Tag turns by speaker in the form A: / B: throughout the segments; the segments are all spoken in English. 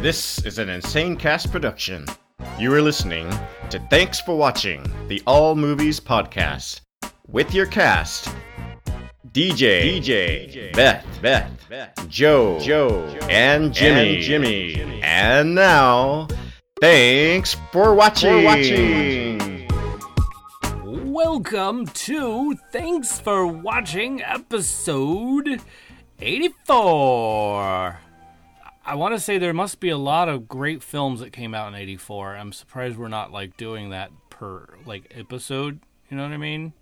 A: This is an Insane Cast production. You are listening to Thanks for Watching, the All Movies Podcast, with your cast DJ, DJ, Beth, Beth, Beth, Joe, Joe, and Jimmy,
B: and
A: Jimmy. And now, thanks for watching. watching.
C: Welcome to Thanks for Watching episode 84. I want to say there must be a lot of great films that came out in 84. I'm surprised we're not like doing that per like episode, you know what I mean?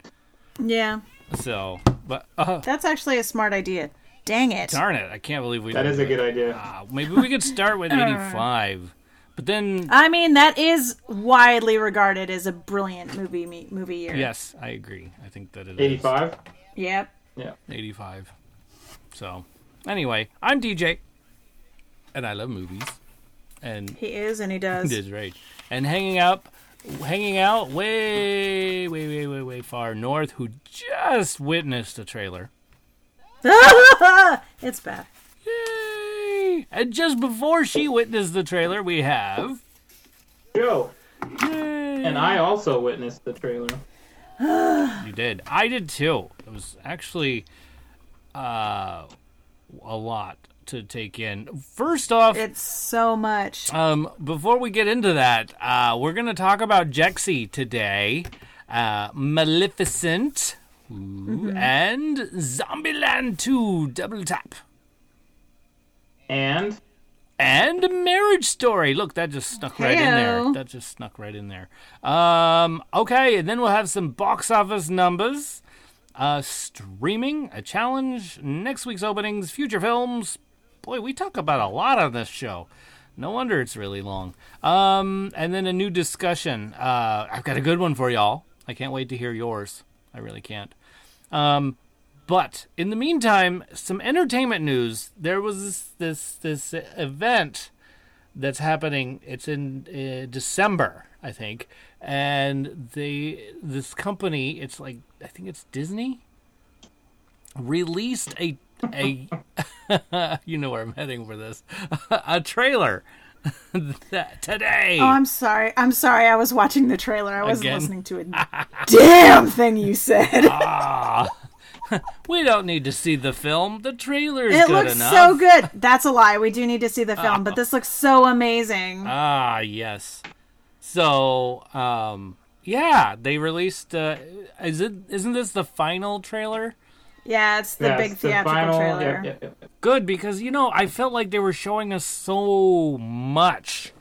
D: Yeah,
C: So, but uh
D: that's actually a smart idea. Dang it.
C: darn it, I can't believe we
B: That is a good idea.
C: Uh, maybe we could start with 85. But then
D: I mean, that is widely regarded as a brilliant movie me- movie year.
C: yes, I agree. I think that it is
B: 85?
D: Yep.
C: 85. So, anyway, I'm DJ, and I love movies, and
D: He is, and he does.
C: it is right. And hanging up, hanging out way, way, way, way, way far north, who just witnessed a trailer.
D: it's bad.
C: Yay! And just before she witnessed the trailer, we have.
B: Joe.
C: Yay!
B: And I also witnessed the trailer.
C: You did. I did too. It was actually uh, a lot to take in. First off,
D: It's so much.
C: Um, before we get into that, uh, we're going to talk about Jexy today, uh, Maleficent, ooh, and Zombieland 2 Double Tap,
B: And
C: and A Marriage Story. Look, that just snuck right in there.
D: Heyo.
C: That just snuck right in there. Um, okay, and then we'll have some box office numbers, uh, streaming, a challenge, next week's openings, future films. Boy, we talk about a lot on this show. No wonder it's really long. Um, and then a new discussion. Uh, I've got a good one for y'all. I can't wait to hear yours. I really can't. Um, but in the meantime, some entertainment news. There was this this, this event that's happening. It's in uh, December, I think, and they this company. It's like I think it's Disney released a a you know where I'm heading for this a trailer that today.
D: Oh, I'm sorry. I'm sorry. I was watching the trailer. I wasn't
C: Again?
D: listening to a damn thing you said.
C: Ah. we don't need to see the film. The trailer's
D: it
C: good
D: looks
C: enough.
D: so good. That's a lie. We do need to see the film, but this looks so amazing.
C: Ah, yes. So, um, yeah, they released. Uh, is it? Isn't this the final trailer?
D: yeah, it's the
B: yes,
D: big theatrical
B: final,
D: trailer.
B: yep, yep, yep, yep.
C: Good because you know I felt like they were showing us so much,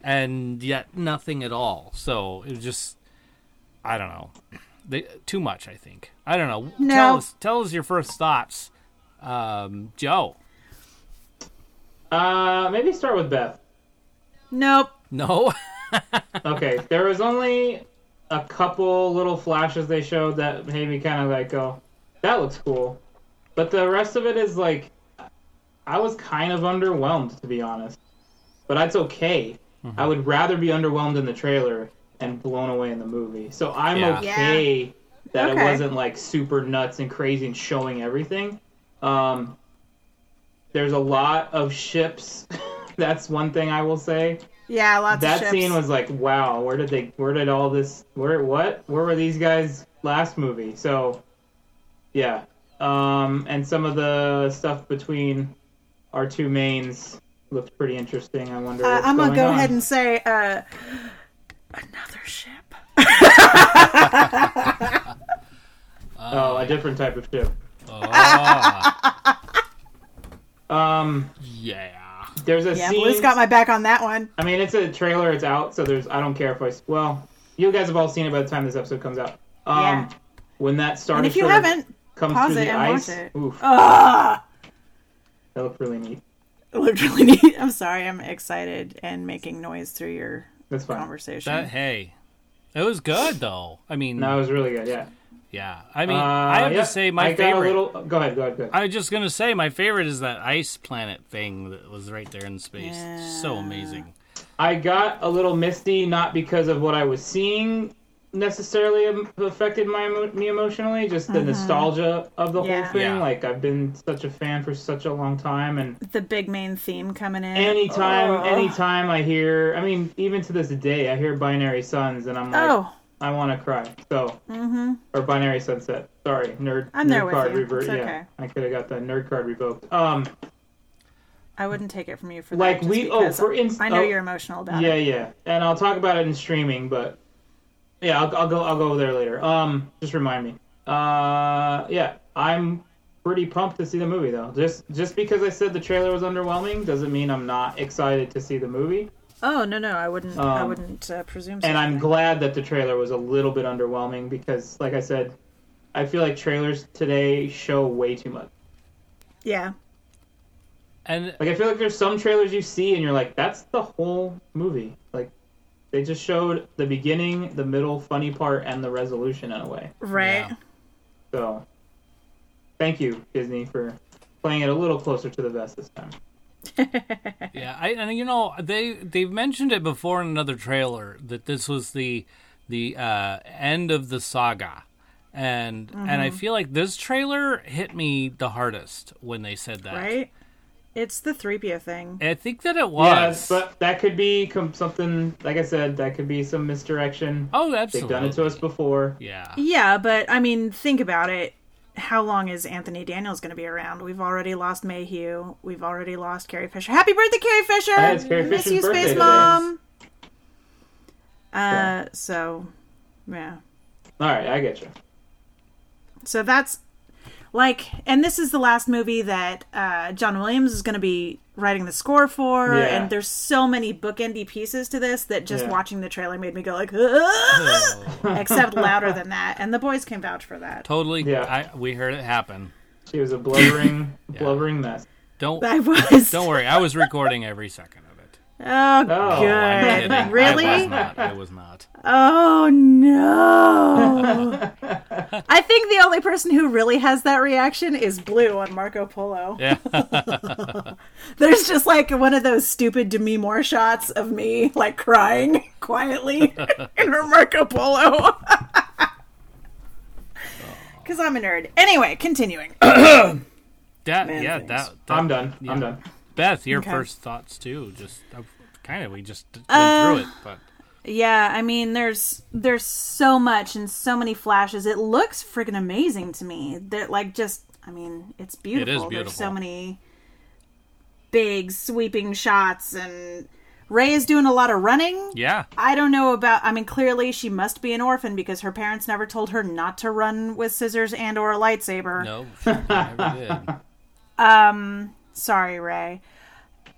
C: and yet nothing at all. So it was just, I don't know, they, too much. I think I don't know.
D: No.
C: Tell us, tell us your first thoughts, um, Joe.
B: Uh, maybe start with Beth.
D: Nope.
C: No,
B: Okay, there was only a couple little flashes they showed that made me kind of like go, that looks cool. But the rest of it is like, I was kind of underwhelmed, to be honest. But that's okay. I would rather be underwhelmed in the trailer and blown away in the movie. So I'm
C: Yeah.
B: okay that
D: Okay.
B: it wasn't like super nuts and crazy and showing everything. Um, there's a lot of ships. that's one thing I will say
D: Yeah, lots
B: that
D: of ships.
B: scene was like wow where did they where did all this where what where were these guys last movie so yeah um and some of the stuff between our two mains looked pretty interesting i wonder
D: Uh,
B: what's
D: I'm gonna
B: going
D: go
B: on.
D: ahead and say uh, another ship.
B: oh a different type of ship
C: Ah,
B: um
C: yeah.
B: there's a
D: Yeah,
B: scene
D: Blue's got my back on that one.
B: i mean it's a trailer it's out so there's i don't care if i s- well you guys have all seen it by the time this episode comes out um
D: Yeah.
B: when that star
D: And if you
B: Destroyer
D: haven't,
B: comes
D: pause
B: through
D: it
B: the
D: and watch
B: ice
D: it.
B: oof
D: ah,
B: that looked really neat
D: it looked really neat. I'm sorry, I'm excited and making noise through your
B: that's fine
D: conversation.
C: That hey, it was good though. I mean,
B: No, it was really good. Yeah.
C: yeah. I mean,
B: Uh,
C: I have
B: yeah,
C: to say my
B: I got a
C: favorite.
B: little- Go ahead. Go ahead. Go ahead.
C: I was just gonna say my favorite is that ice planet thing that was right there in space. So amazing.
B: I got a little misty, not because of what I was seeing necessarily am- affected my emo- me emotionally, just the nostalgia of the
D: Mm-hmm. Yeah.
B: whole thing.
C: Yeah.
B: Like I've been such a fan for such a long time, and
D: The big main theme coming in.
B: anytime,
D: Oh.
B: anytime I hear, I mean, even to this day, I hear Binary Suns, and I'm like,
D: Oh,
B: I want to cry. So,
D: Mhm.
B: or Binary Sunset. Sorry, nerd.
D: I'm
B: nerd
D: there with
B: card
D: you.
B: revert.
D: It's okay.
B: Yeah, I could have got the nerd card revoked. Um,
D: I wouldn't take it from you for that.
B: Like,
D: just
B: we- oh,
D: because
B: for inst-
D: I know
B: oh.
D: you're emotional about
B: yeah,
D: it.
B: yeah, and I'll talk about it in streaming, but yeah, I'll, I'll go. I'll go there later. Um, just remind me. Uh, yeah, I'm pretty pumped to see the movie though. Just just because I said the trailer was underwhelming doesn't mean I'm not excited to see the movie.
D: Oh no, no, I wouldn't. I
B: Um,
D: wouldn't uh, presume.
B: And I'm
D: something.
B: glad that the trailer was a little bit underwhelming because, like I said, I feel like trailers today show way too much.
D: Yeah.
C: And
B: Like I feel like there's some trailers you see and you're like, that's the whole movie. Like they just showed the beginning, the middle, funny part, and the resolution in a way.
D: Right.
C: Yeah.
B: So thank you, Disney, for playing it a little closer to the vest this time.
C: yeah, I, and you know they they've mentioned it before in another trailer that this was the the uh, end of the saga, and and I feel like this trailer hit me the hardest when they said that.
D: Right. It's the three PO thing.
C: I think that it was.
B: Yes, but that could be com- something. Like I said, that could be some misdirection.
C: oh,
B: They've
C: absolutely.
B: done it to us before.
C: Yeah.
D: Yeah, but I mean, think about it. How long is Anthony Daniels going to be around? We've already lost Mayhew. We've already lost Carrie Fisher. Happy birthday, Carrie Fisher!
B: Yeah, it's Carrie
D: Miss
B: Fisher's
D: you,
B: birthday
D: Space
B: today.
D: Mom. Uh, so yeah.
B: All right, I get you.
D: So that's like, and this is the last movie that uh, John Williams is going to be writing the score for,
B: Yeah.
D: and there's so many bookendy pieces to this that just
B: Yeah.
D: watching the trailer made me go like, "Ah!" except louder than that, and the boys can vouch for that.
C: Totally.
B: Yeah.
C: I, we heard it happen.
B: She was a blubbering, blubbering mess.
C: Don't
D: I was.
C: don't worry. I was recording every second of it.
D: Oh,
B: Oh,
C: Oh, I'm
D: good.
C: kidding. I was
D: really?
C: not. I was not.
D: Oh no! I think the only person who really has that reaction is Blue on Marco Polo.
C: Yeah.
D: There's just like one of those stupid Demi Moore shots of me like crying quietly in her Marco Polo. Because I'm a nerd. Anyway, continuing.
C: That
D: Man
C: yeah.
D: things.
C: That, that
B: I'm done. I'm done.
C: Beth, your
D: Okay.
C: first thoughts too. Just uh, kind of we just d- went
D: Uh.
C: through it, but
D: Yeah, I mean, there's there's so much and so many flashes. It looks freaking amazing to me. That like just, I mean, it's beautiful.
C: beautiful.
D: There's so many big sweeping shots, and Ray is doing a lot of running.
C: yeah.
D: I don't know about. I mean, clearly she must be an orphan because her parents never told her not to run with scissors and or a lightsaber.
C: No, she never did.
D: Sorry, Ray.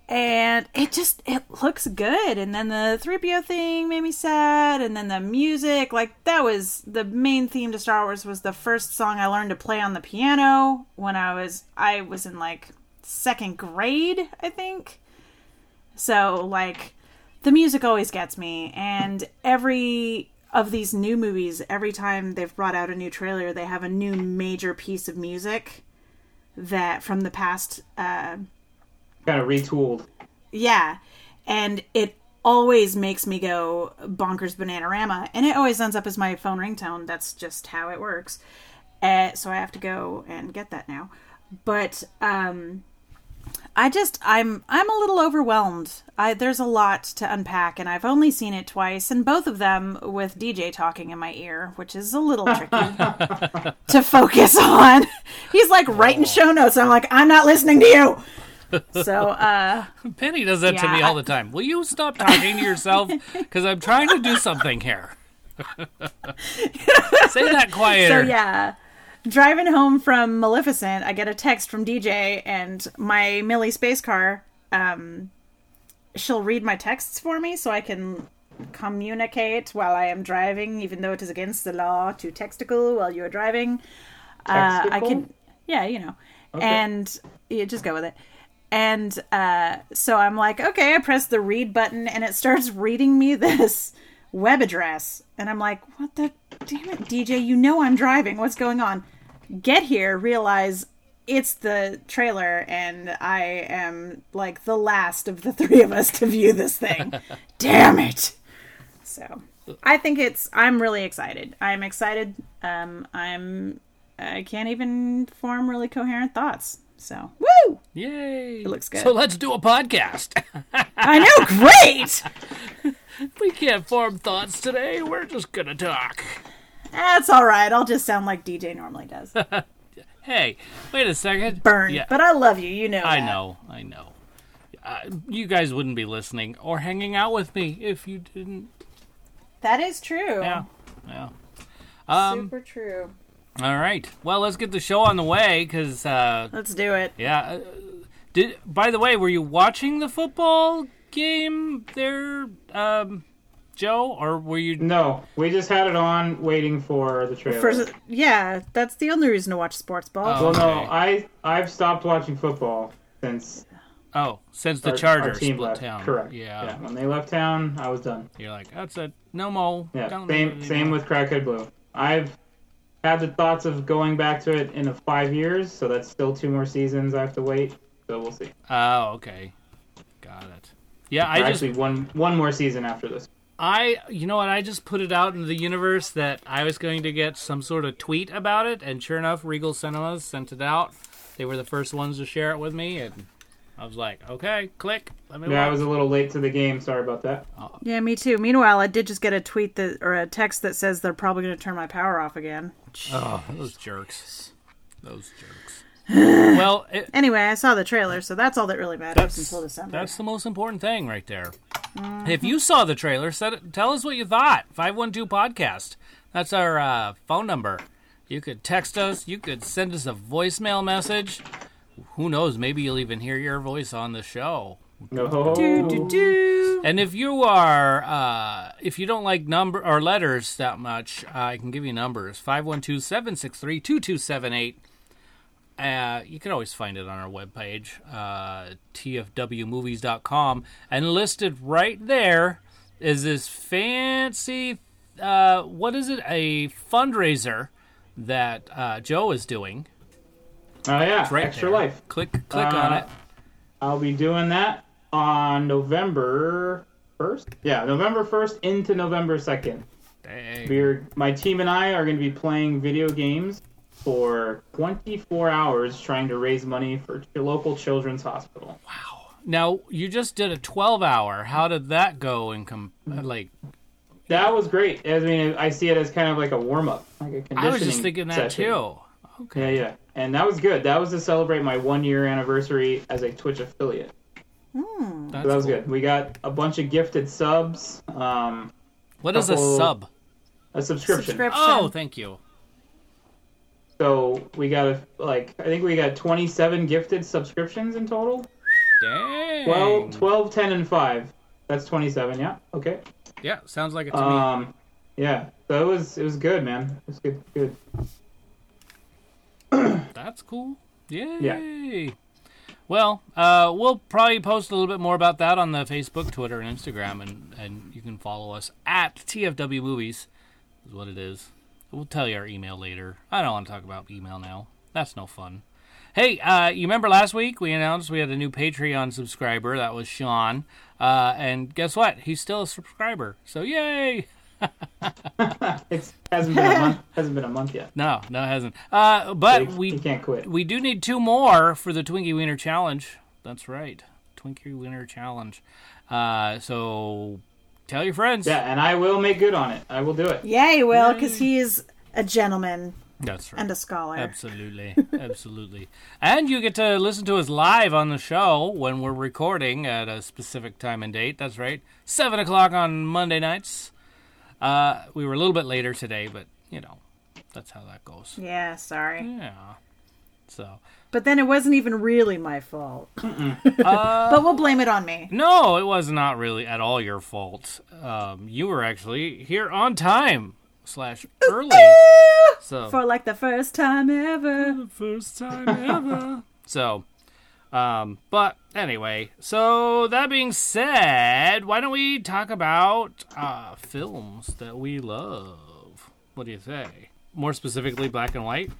D: And it just it looks good. And then the 3PO thing made me sad. And then the music, like that was the main theme to Star Wars was the first song I learned to play on the piano when I was I was in like second grade, I think. So like the music always gets me and every of these new movies every time they've brought out a new trailer they have a new major piece of music that from the past uh,
B: Kind of retooled.
D: yeah. And it always makes me go bonkers bananarama. And it always ends up as my phone ringtone. That's just how it works. Uh, so I have to go and get that now. But um, I just I'm I'm a little overwhelmed. I, there's a lot to unpack, and I've only seen it twice, and both of them with DJ talking in my ear, which is a little tricky to focus on. He's like writing show notes. I'm like I'm not listening to you. So uh,
C: Penny does that to
D: Yeah.
C: me all the time. Will you stop talking to yourself? Because I'm trying to do something here. Say that
D: So
C: quieter.
D: yeah, driving home from Maleficent, I get a text from DJ and my Millie space car. Um, she'll read my texts for me so I can communicate while I am driving, even though it is against the law to textical while you are driving. Uh, I
B: Textical?
D: can, yeah, you know, and yeah, just go with it. And uh, so I'm like, okay, I press the read button and it starts reading me this web address. And I'm like, what the damn it, DJ, you know I'm driving. What's going on? Get here, realize it's the trailer, and I am like the last of the three of us to view this thing. damn it. So I think it's. I'm really excited. I'm excited. Um, I'm. I can't even form really coherent thoughts. So woo!
C: Yay! It
D: looks good.
C: So let's do a podcast.
D: I know, great.
C: we can't form thoughts today. We're just gonna talk.
D: That's all right. I'll just sound like DJ normally does.
C: Hey, wait a second.
D: Burn.
C: Yeah,
D: But I love you. You know.
C: I
D: that.
C: know. I know. Uh, you guys wouldn't be listening or hanging out with me if you didn't.
D: That is true.
C: Yeah. Yeah. Um,
D: Super true.
C: All right. Well, let's get the show on the way because uh,
D: Let's do it.
C: Yeah. uh, Did by the way, were you watching the football game there, um, Joe, or were you?
B: No, we just had it on waiting for the trailer.
D: First, yeah, that's the only reason to watch sports ball.
C: Oh.
B: well, no,
C: Okay.
B: I I've stopped watching football since
C: Oh, since the
B: our- our
C: Chargers
B: team
C: split
B: left.
C: town.
B: Correct.
C: Yeah.
B: When they left town, I was done.
C: You're like that's a no mo.
B: Yeah.
C: Don't-
B: same same with Crackhead Blue. I've had the thoughts of going back to it in five years, so that's still two more seasons I have to wait. So we'll see.
C: Oh, okay. Got it. Yeah, I
B: Or
C: just
B: actually one one more season after this.
C: I you know what I just put it out into the universe that I was going to get some sort of tweet about it, and sure enough, Regal Cinemas sent it out. They were the first ones to share it with me, and I was like, okay, click. Let me
B: Yeah, I
C: watch.
B: was a little late to the game. Sorry about that.
C: Um, Oh.
D: Yeah, me too. Meanwhile, I did just get a tweet that or a text that says they're probably going to turn my power off again.
C: Oh, those jerks. Those jerks. well, it,
D: Anyway, I saw the trailer, so that's all that really matters until December.
C: that's the most important thing right there. If you saw the trailer, set it, tell us what you thought. 512 Podcast. That's our uh, phone number. You could text us, you could send us a voicemail message. Who knows, maybe you'll even hear your voice on the show.
B: No.
D: Do, do, do.
C: And if you are, uh, if you don't like number or letters that much, uh, I can give you numbers 512 763 2278. Uh, you can always find it on our webpage, uh, tfwmovies.com. And listed right there is this fancy, uh, what is it? A fundraiser that uh, Joe is doing.
B: Oh yeah,
C: Right
B: extra
C: there.
B: life.
C: Click, click
B: Uh,
C: on it.
B: I'll be doing that on November 1st. Yeah, November 1st into November 2nd.
C: Dang.
B: We're, my team and I are going to be playing video games for 24 hours trying to raise money for your local children's hospital.
C: Now you just did a twelve-hour. How did that go? In com- like,
B: That was great. I mean, I see it as kind of like a warm up, like a conditioning
C: I was just thinking that
B: session.
C: too. Okay.
B: Yeah, yeah. And that was good. That was to celebrate my one year anniversary as a Twitch affiliate.
C: That's
B: So that was
C: cool.
B: good. We got a bunch of gifted subs, um,
C: What is a
B: Couple-
C: sub?
B: a subscription.
D: Subscription.
C: Oh, thank you.
B: So we got like I think we got 27 gifted subscriptions in total.
C: Dang.
B: 12, 12 10 and 5. That's 27, yeah. Okay.
C: yeah, sounds like it to me.
B: Um yeah. So it was it was good, man. It was good good.
C: That's cool. Yay. Well, uh, we'll probably post a little bit more about that on the Facebook, Twitter, and Instagram, and, and you can follow us at TFW Movies, is what it is. We'll tell you our email later. I don't want to talk about email now. That's no fun. Hey, uh, you remember last week we announced we had a new Patreon subscriber? That was Sean. Uh, and guess what? He's still a subscriber. So, yay!
B: It's hasn't been a month hasn't been a month yet.
C: No, no, it hasn't. Uh, but
B: You-
C: we
B: you can't quit.
C: We do need two more for the Twinkie Wiener Challenge. That's right, Twinkie Wiener Challenge. Uh, so tell your friends.
B: Yeah, and I will make good on it. I will do it.
D: Yay, Will, because he is a gentleman
C: that's right.
D: and a scholar.
C: Absolutely, absolutely. And you get to listen to us live on the show when we're recording at a specific time and date. That's right, seven o'clock on Monday nights. Uh, we were a little bit later today, but you know, that's how that goes.
D: Yeah, sorry.
C: Yeah. So
D: But then it wasn't even really my fault.
C: Uh,
D: but we'll blame it on me.
C: No, it was not really at all your fault. Um, you were actually here on time slash early. So
D: For like the first time ever.
C: first time ever. So, um, but anyway. So that being said, why don't we talk about uh, films that we love? What do you say? More specifically, black and white.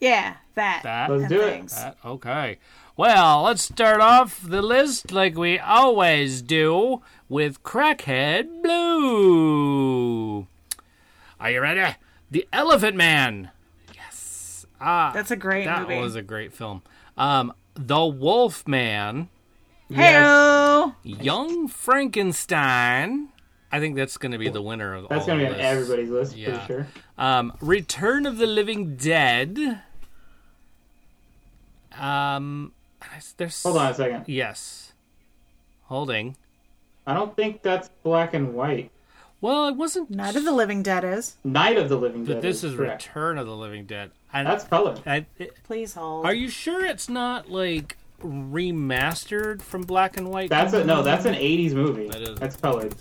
D: Yeah, that.
C: That.
B: Let's
D: and
B: do it.
D: things.
C: That- okay. Well, let's start off the list like we always do with Crackhead Blue. Are you ready? The Elephant Man.
D: That's a great
C: That
D: movie.
C: was a great film. Um, the Wolf Man.
D: Heyo!
C: Young Frankenstein. I think that's going to be the winner of
B: That's
C: all
B: gonna be
C: of
B: on
C: this.
B: everybody's list
C: Yeah.
B: for sure.
C: Um, Return of the Living Dead. Um, there's
B: Hold on a second.
C: Yes, holding.
B: I don't think that's black and white.
C: Well, it wasn't.
D: Night of the Living Dead is.
B: Night of the Living Dead.
C: But this is
B: correct.
C: Return of the Living Dead. I,
B: That's color.
C: I, it-
D: Please hold.
C: are you sure it's not like remastered from black and white?
B: That's a no. That's an '80s movie.
C: That is-
B: That's colored.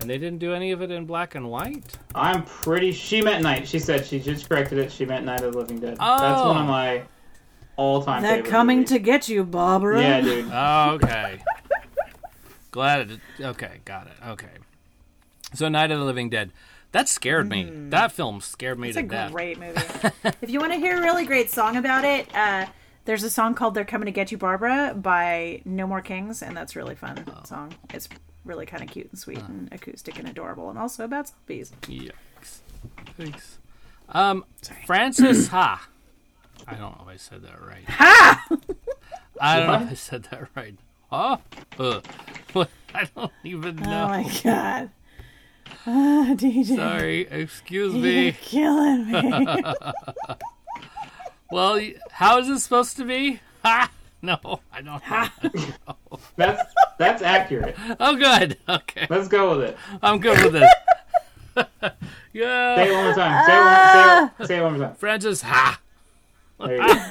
C: and they didn't do any of it in black and white.
B: I'm pretty. She meant night. She said she just corrected it. She meant Night of the Living Dead. That's
C: Oh.
B: one of my all-time.
D: They're
B: favorite
D: coming
B: movies.
D: to get you, Barbara.
B: Yeah, dude.
C: Oh, okay. Glad it. Okay, got it. Okay. So Night of the Living Dead. That scared me. That film scared me
D: It's
C: to
D: a
C: death.
D: great movie. if you want to hear a really great song about it, uh, there's a song called "They're Coming to Get You, Barbara" by No More Kings, and that's a really fun
C: Oh.
D: song. It's really kind of cute and sweet and acoustic and adorable, and also about zombies.
C: Yikes. Thanks. Um, Francis Ha. I don't know if I said that right. Ha! I don't know if I said that right. Huh? Ugh. I don't even
D: Oh
C: know.
D: my god, Ah, DJ,
C: Sorry. Excuse
D: you're
C: me.
D: killing me.
C: Well, y- how is this supposed to be? Ha! No, I don't know.
B: That's that's accurate.
C: Oh, good. Okay.
B: Let's go with it.
C: I'm good with this.
B: Say it
C: yeah.
B: one more time. Say it one, say
D: Ah.
B: it, say it one more time.
C: Francis Ha.
B: There you go.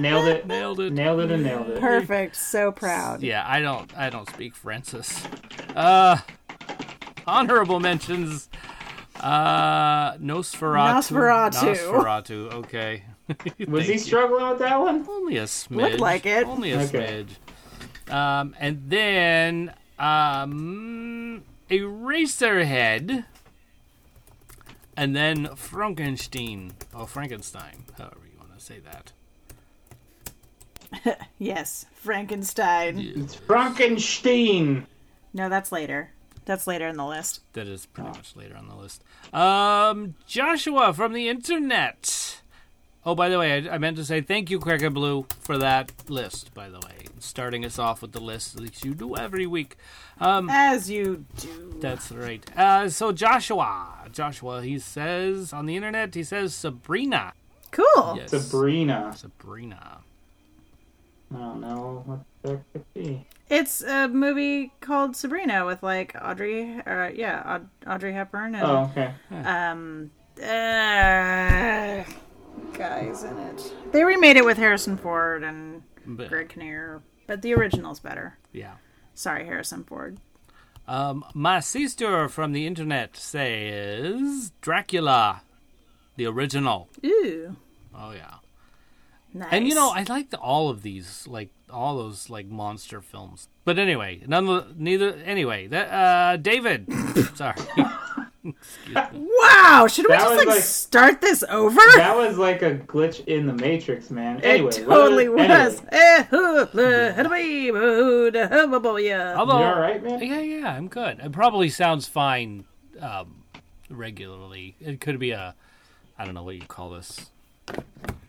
B: nailed it. Nailed it.
C: Nailed it.
B: Nailed it and nailed it.
D: Perfect. So proud.
C: Yeah, I don't I don't speak Francis. Uh honorable mentions. Uh Nosferatu.
D: Nosferatu.
C: Nosferatu, okay.
B: Was he
C: Thank you.
B: struggling with that one?
C: only a smidge?
D: Looked like it.
C: Only a
B: Okay.
C: smidge. Um and then um Eraserhead and then Frankenstein or Frankenstein, however you want to say that.
D: Yes, Frankenstein.
B: It's Frankenstein.
D: No, that's later. That's later in the list.
C: That is pretty much later on the list. Um, Joshua from the internet. Oh, by the way, I, I meant to say thank you, Cracker Blue, for that list. By the way, starting us off with the list that you do every week. Um,
D: As you do.
C: That's right. Uh, so Joshua, Joshua, he says on the internet, he says Sabrina.
D: Cool.
C: Yes,
B: Sabrina.
C: Sabrina.
B: I don't know what that could be.
D: It's a movie called Sabrina with like Audrey, or yeah, Aud- Audrey Hepburn and
B: Oh, okay.
D: um, uh, guys in it. They remade it with Harrison Ford and
C: But,
D: Greg Kinnear, but the original's better.
C: yeah.
D: Sorry, Harrison Ford.
C: Um, my sister from the internet says Dracula, the original.
D: Ooh,
C: Oh yeah.
D: nice.
C: And you know, I like the, all of these, like all those like monster films. But anyway, none of the, neither anyway. That uh David, sorry.
D: wow, should we
B: That
D: just
B: was
D: like,
B: like-
D: start this over?
B: That was like a glitch in the Matrix, man. Anyway,
D: it totally
B: what-
D: was.
B: anyway.
D: Eh, hoo, eh, hoo, hoo, hoo, hoo, hoo, yeah.
C: Although,
B: You all right, man?
C: yeah, yeah, I'm good. It probably sounds fine um regularly. It could be a I don't know what you call this.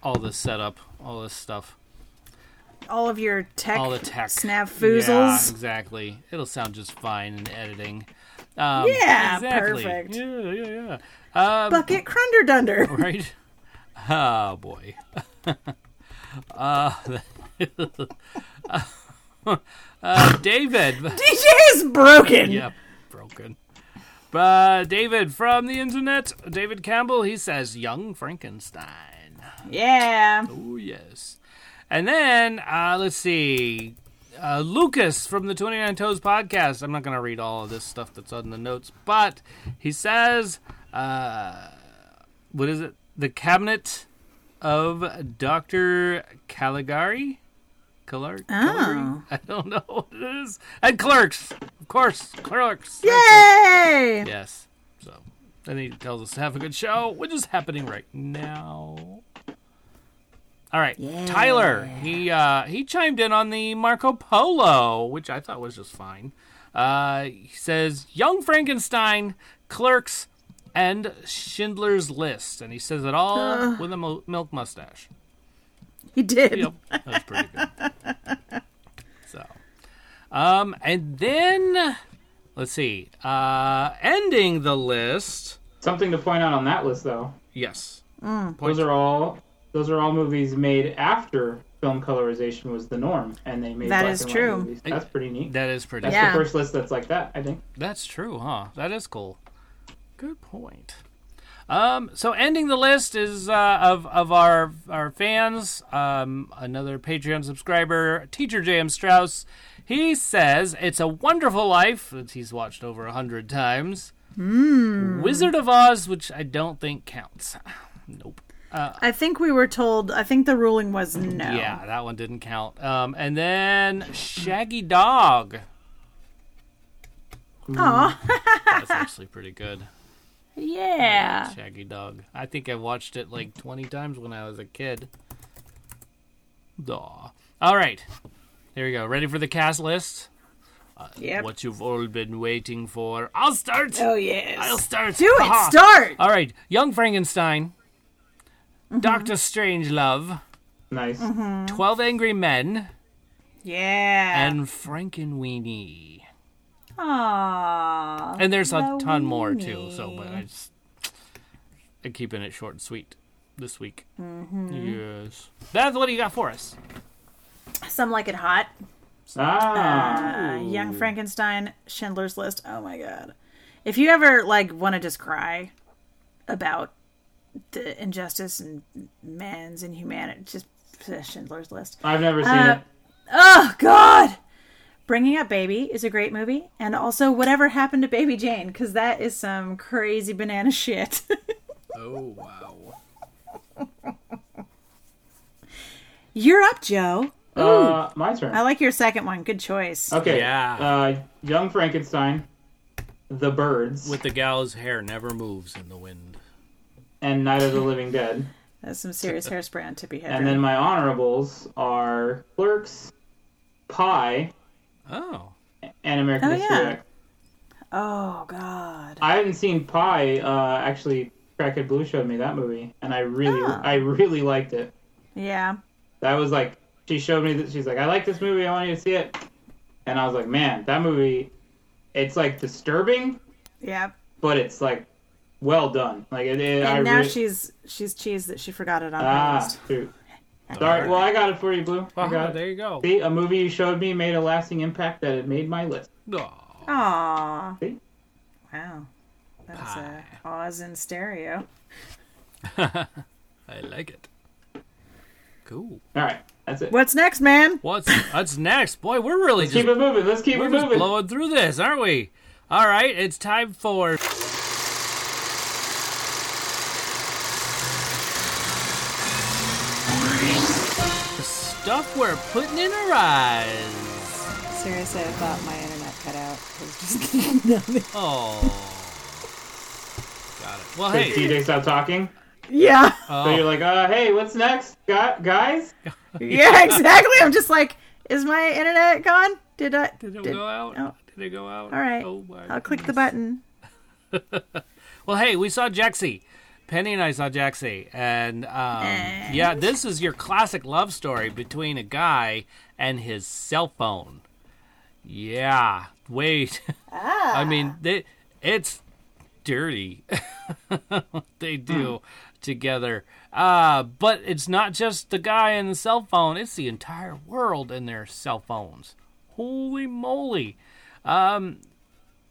C: All this setup, all this stuff,
D: All of your tech,
C: all the tech Yeah,
D: snapfoozles.
C: exactly. It'll sound just fine in editing. Um,
D: Yeah,
C: exactly.
D: perfect.
C: Yeah, yeah, yeah. Um,
D: Bucket Crunder Dunder.
C: right? Oh boy. uh, uh, David.
D: DJ is broken.
C: yep, broken. Uh, David from the internet, David Campbell, he says Young Frankenstein.
D: Yeah.
C: Oh, yes. And then, uh, let's see. Uh, Lucas from the 29 Toes podcast. I'm not going to read all of this stuff that's on the notes, but he says, uh, what is it? The Cabinet of Dr. Caligari? Calar- Caligari? I don't know what it is. And Clerks. Of course, Clerks.
D: Yay!
C: Yes. So, Then he tells us to have a good show, which is happening right now. All right, Tyler. He uh, he chimed in on the Marco Polo, which I thought was just fine. Uh, he says Young Frankenstein, Clerks, and Schindler's List, and he says it all with a mo- milk mustache.
D: He did.
C: Yep, that was pretty good. so, um, and then let's see. Uh, ending the list.
B: Something to point out on that list, though.
C: Yes.
B: Those are all those are all movies made after film colorization was the norm, and they made
D: That
B: black
D: is
B: and
D: true.
B: White movies. That's pretty neat.
C: That is pretty.
B: That's
D: Yeah.
B: the first list that's like that, I think.
C: That's true, huh? That is cool. Good point. Um, so ending the list is uh, of of our our fans. Um, another Patreon subscriber, Teacher J.M. Strauss. He says it's a Wonderful Life that he's watched over a hundred times. Wizard of Oz, which I don't think counts. Nope.
D: I think we were told. I think the ruling was no.
C: Yeah, that one didn't count. Um, and then Shaggy Dog.
D: Aw.
C: That's actually pretty good.
D: Yeah.
C: Shaggy Dog. I think I watched it like 20 times when I was a kid. Daw. All right. Here we go. Ready for the cast list?
D: Yep.
C: What you've all been waiting for. I'll start.
D: Oh yes.
C: I'll start.
D: Do it.
C: Ha-ha.
D: Start.
C: All right. Young Frankenstein.
D: Mm-hmm.
C: Doctor Strangelove.
B: Nice.
C: 12 Angry Men.
D: Yeah.
C: And Frankenweenie.
D: Aww.
C: And there's a ton more too. So, but I just I'm keeping it short and sweet this week.
D: Mm-hmm.
C: Yes, that's what do you got for us?
D: Some like it hot.
B: Ah,
D: Uh, Young Frankenstein, Schindler's List. Oh my god. If you ever like want to just cry about the injustice and men's inhumanity, just uh, Schindler's List.
B: I've never seen
D: Uh,
B: it.
D: Oh god. Bringing Up Baby is a great movie, and also Whatever Happened to Baby Jane, because that is some crazy banana shit.
C: Oh wow!
D: You're up, Joe.
B: Uh, my turn.
D: I like your second one. Good choice.
B: Okay.
C: Yeah.
B: Uh, Young Frankenstein, The Birds,
C: With the gal's hair never moves in the wind.
B: and Night of the Living Dead.
D: That's some serious hairspray on Tippy Hedren.
B: And then my honorables are Clerks, Pie,
C: Oh,
B: and American
D: Oh,
B: History
D: yeah.
B: X.
D: oh god.
B: I hadn't seen Pie. Uh, actually, Crackhead Blue showed me that movie, and I really,
D: Ah.
B: I really liked it.
D: Yeah.
B: That was like she showed me that she's like, I like this movie. I want you to see it. And I was like, man, that movie, it's like disturbing,
D: Yeah.
B: but it's like well done. Like it, it
D: And
B: I
D: now
B: really-
D: she's she's cheesed that she forgot it on her
B: ah
D: list.
B: shoot. Sorry. Well, I got it for you, Blue. I
C: Ah,
B: got it.
C: there you go.
B: See, a movie you showed me made a lasting impact that it made my list.
C: Aw.
D: Aw.
B: See?
D: Wow. That's a Oz in stereo.
C: I like it. Cool.
B: All right, that's it.
D: What's next, man?
C: What's what's next, boy? We're really
B: Keep
C: just
B: it moving. Let's keep
C: we're
B: it
C: just
B: moving.
C: blowing through this, aren't we? All right, it's time for the stuff we're putting in our eyes.
D: Seriously, I thought my internet cut out. It was just nothing.
C: Oh, got it. Well,
B: So
C: hey,
B: DJ stopped talking.
D: Yeah.
B: So you're
C: oh,
B: like, uh, hey, what's next, Gu- guys?
D: yeah, exactly. I'm just like, is my internet gone? Did I?
C: did it
D: did-
C: go out?
D: oh.
C: Did it go out?
D: All right.
C: Oh my.
D: I'll click the button.
C: Well, hey, we saw Jaxie. Penny and I saw Jaxie, and um, yeah, this is your classic love story between a guy and his cell phone. Yeah, wait. I mean,
D: Ah.
C: they, it's dirty. they do
D: Hmm.
C: together, uh, but it's not just the guy and the cell phone; it's the entire world and their cell phones. Holy moly!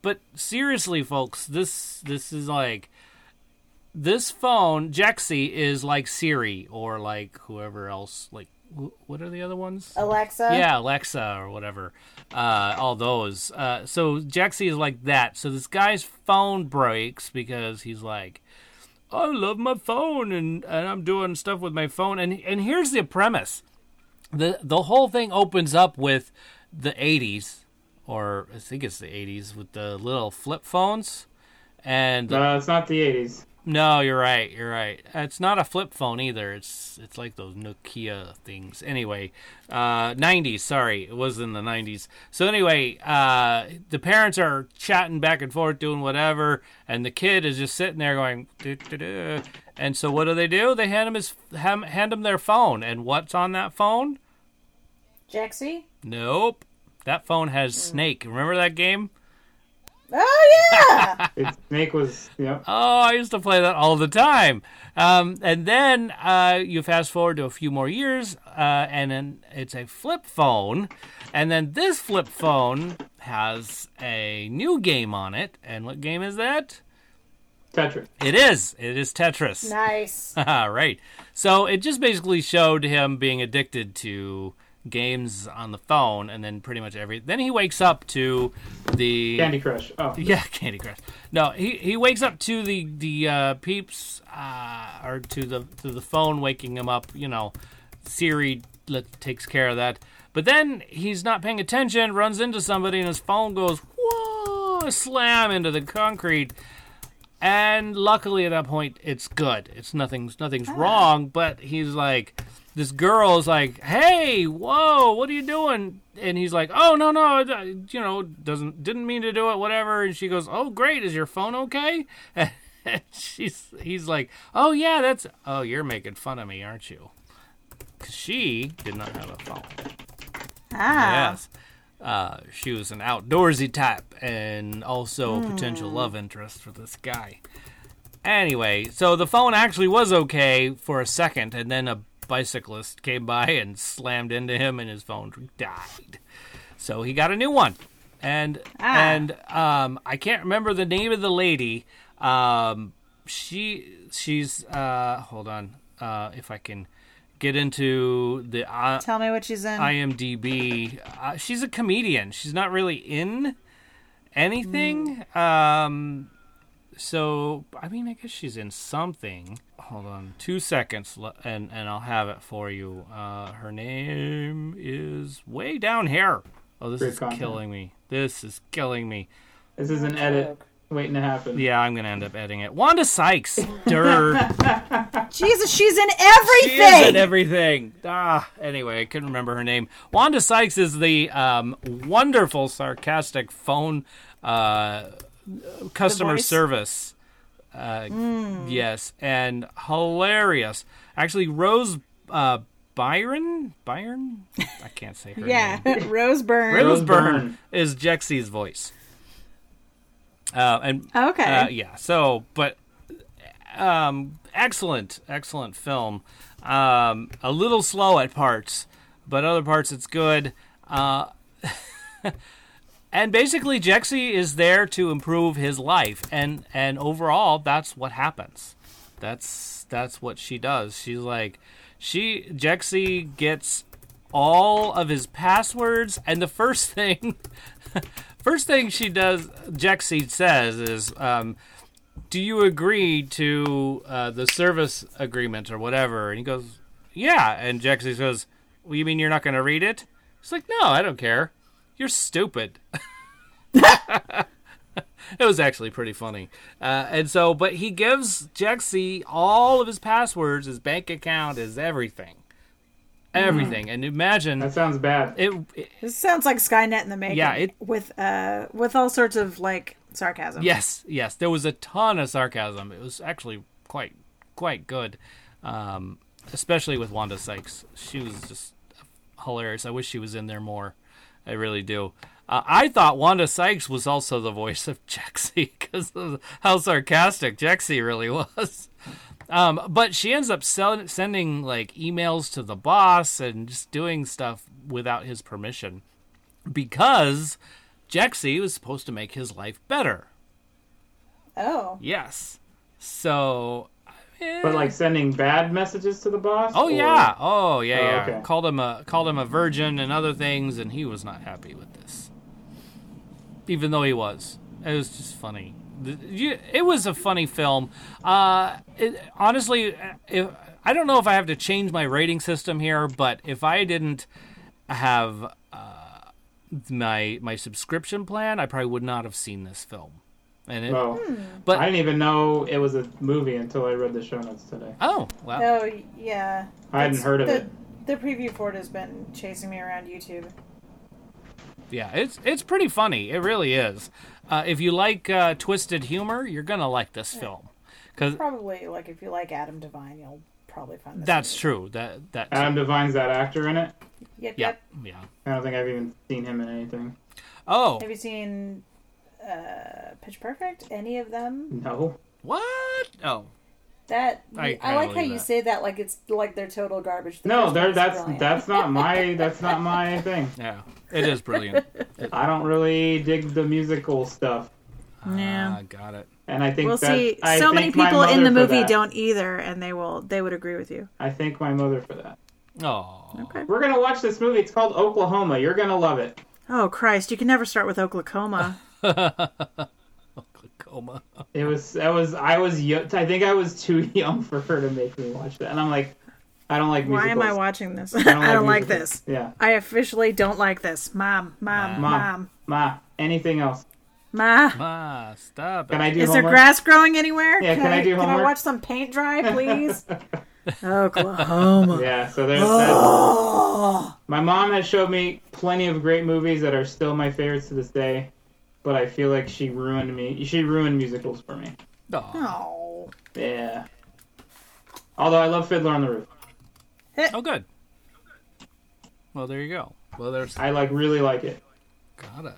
C: but seriously folks this this is like this phone jexy is like siri or like whoever else like wh- what are the other ones
D: Alexa.
C: yeah alexa or whatever uh, all those uh, so jexy is like that so this guy's phone breaks because he's like i love my phone and, and i'm doing stuff with my phone and and here's the premise the the whole thing opens up with the 80s or i think it's the 80s with the little flip phones And
B: No, Uh, it's not the 80s.
C: no, you're right. You're right. Uh, It's not a flip phone either. It's it's like those Nokia things. Anyway, uh, 90s. Sorry, it was in the 90s. So anyway, uh, the parents are chatting back and forth, doing whatever, and the kid is just sitting there going. "Doo, doo, doo." And so what do they do? They hand him his ham- hand him their phone, and what's on that phone?
D: Jaxie?
C: Nope. That phone has Snake. Remember that game?
D: Oh, yeah!
B: It's, Snake was, yeah.
C: Oh, I used to play that all the time. Um, and then uh, you fast forward to a few more years, uh, and then it's a flip phone. And then this flip phone has a new game on it. And what game is that?
B: Tetris.
C: It is. It is Tetris.
D: nice.
C: All right. So it just basically showed him being addicted to games on the phone, and then pretty much every. Then he wakes up to the
B: Candy Crush. Oh,
C: yeah, Candy Crush. No, he, he wakes up to the the uh, peeps uh, or to the to the phone waking him up. You know, Siri let, takes care of that. But then he's not paying attention, runs into somebody, and his phone goes whoa slam into the concrete. And luckily, at that point, it's good. It's nothing's nothing's wrong. But he's like, this girl is like, "Hey, whoa, what are you doing?" And he's like, "Oh no, no, it, uh, you know, doesn't didn't mean to do it, whatever." And she goes, "Oh great, is your phone okay?" And she's he's like, "Oh yeah, that's oh you're making fun of me, aren't you?" 'Cause she did not have a phone.
D: Ah.
C: Yes. Uh, she was an outdoorsy type and also a potential love interest for this guy. Anyway, so the phone actually was okay for a second, and then a bicyclist came by and slammed into him, and his phone died. So he got a new one, and
D: Ah.
C: and um, I can't remember the name of the lady. Um, she she's uh, hold on uh, if I can get into the uh,
D: Tell me what she's in.
C: IMDb. Uh, she's a comedian. She's not really in anything.
B: Mm.
C: Um, so I mean, I guess she's in something. Hold on, two seconds, le- and and I'll have it for you. Uh, her name is way down here. Oh, this
B: Great
C: is
B: content.
C: killing me. This is killing me.
B: this is an edit waiting to happen.
C: Yeah, I'm gonna end up editing it. Wanda Sykes, Durr.
D: Jesus, she's in
C: She is
D: everything!
C: in everything. Ah, anyway, I couldn't remember her name. Wanda Sykes is the um, wonderful, sarcastic phone uh, customer
D: voice? Hmm.
C: service. Uh, Yes, and hilarious. Actually, Rose uh, Byron, Byron, I can't say her name.
D: yeah, Rose Byrne.
C: Rose
B: Rose Byrne.
C: Byrne is Jexy's voice. Uh, and
D: Okay.
C: uh, yeah. So, but um, excellent, excellent film. Um, a little slow at parts, but other parts it's good. Uh, and basically, Jexy is there to improve his life, and and overall, that's what happens. That's that's what she does. She's like, she Jexy gets all of his passwords, and the first thing First thing she does, Jexy says, is, um, "Do you agree to uh, the service agreement or whatever?" And he goes, "Yeah." And Jexy goes, well, "You mean you're not going to read it?" She's like, "No, I don't care. You're stupid." it was actually pretty funny. Uh, and so, but he gives Jexy all of his passwords, his bank account, his everything, everything. And imagine
B: That sounds bad.
C: it, it
D: This sounds like Skynet in the making.
C: Yeah, it-
D: with uh, with all sorts of like sarcasm.
C: Yes, yes. There was a ton of sarcasm. It was actually quite quite good, um, especially with Wanda Sykes. She was just hilarious. I wish she was in there more. I really do. Uh, I thought Wanda Sykes was also the voice of Jexy because of how sarcastic Jexy really was. Um, but she ends up sell- sending like emails to the boss and just doing stuff without his permission because Jexy was supposed to make his life better.
D: Oh,
C: Yes. So. eh.
B: But like sending bad messages to the boss?
C: Oh
B: or-
C: yeah. Oh yeah.
B: Oh,
C: Yeah.
B: okay.
C: Called him a called him a virgin and other things, and he was not happy with this. Even though he was, it was just funny. The- you- It was a funny film. Uh, it, honestly, eh, if, I don't know if I have to change my rating system here, but if I didn't have uh, my my subscription plan, I probably would not have seen this film. And it,
B: Well,
C: but
B: I didn't even know it was a movie until I read the show notes today.
C: oh wow,
D: Oh yeah.
B: I hadn't heard of
D: the,
B: it.
D: The preview for it has been chasing me around YouTube.
C: yeah, it's it's pretty funny. It really is. Uh, if you like uh, twisted humor, you're gonna like this film because
D: Probably like if you like Adam Devine, you'll probably find this.
C: that's true. That that
B: Adam Devine's that actor in it.
D: Yep.
C: yeah
D: Yep.
C: yeah.
B: I don't think I've even seen him in anything.
C: Oh
D: Have you seen uh, Pitch Perfect? Any of them?
B: No.
C: what? Oh
D: That
C: I
D: I,
C: kinda
D: like how
C: believe
D: you
C: that.
D: say that like it's like they're total garbage. The
B: No,
D: first
B: there
D: one's
B: that's
D: brilliant.
B: that's not my that's not my thing.
C: yeah, it is brilliant.
B: I don't really dig the musical stuff.
D: Yeah.
C: Ah, got it.
B: And I think
D: We'll
B: that,
D: see.
B: I
D: so many
B: thank my
D: people in
B: mother
D: the
B: for
D: movie
B: that.
D: don't either, and they will they would agree with you.
B: I thank my mother for that.
C: Oh
D: Okay.
B: We're gonna watch this movie. It's called Oklahoma. You're gonna love it.
D: Oh Christ, you can never start with Oklahoma.
C: glaucoma.
B: It was that was I was yo- I think I was too young for her to make me watch that. And I'm like, I don't like
D: Why
B: musicals.
D: am I watching this? I don't, like
B: musicals.
D: this.
B: Yeah,
D: I officially don't like this. Mom, mom,
B: Mom.
D: mom,
B: ma. Anything else?
D: ma.
C: Ah, stop
B: Can
C: it.
B: I do
D: Is there
B: homework?
D: grass growing anywhere?
B: Yeah, can I do
D: Can I
B: homework?
D: watch some paint dry, please? Oklahoma.
B: Yeah. So there's
D: Oh.
B: that. My mom has showed me plenty of great movies that are still my favorites to this day, but I feel like she ruined me. She ruined musicals for me.
C: Oh.
D: Oh.
B: Yeah. Although I love Fiddler on the Roof,
C: oh good. Well, there you go. Well, there's
B: I like really like it.
C: got it.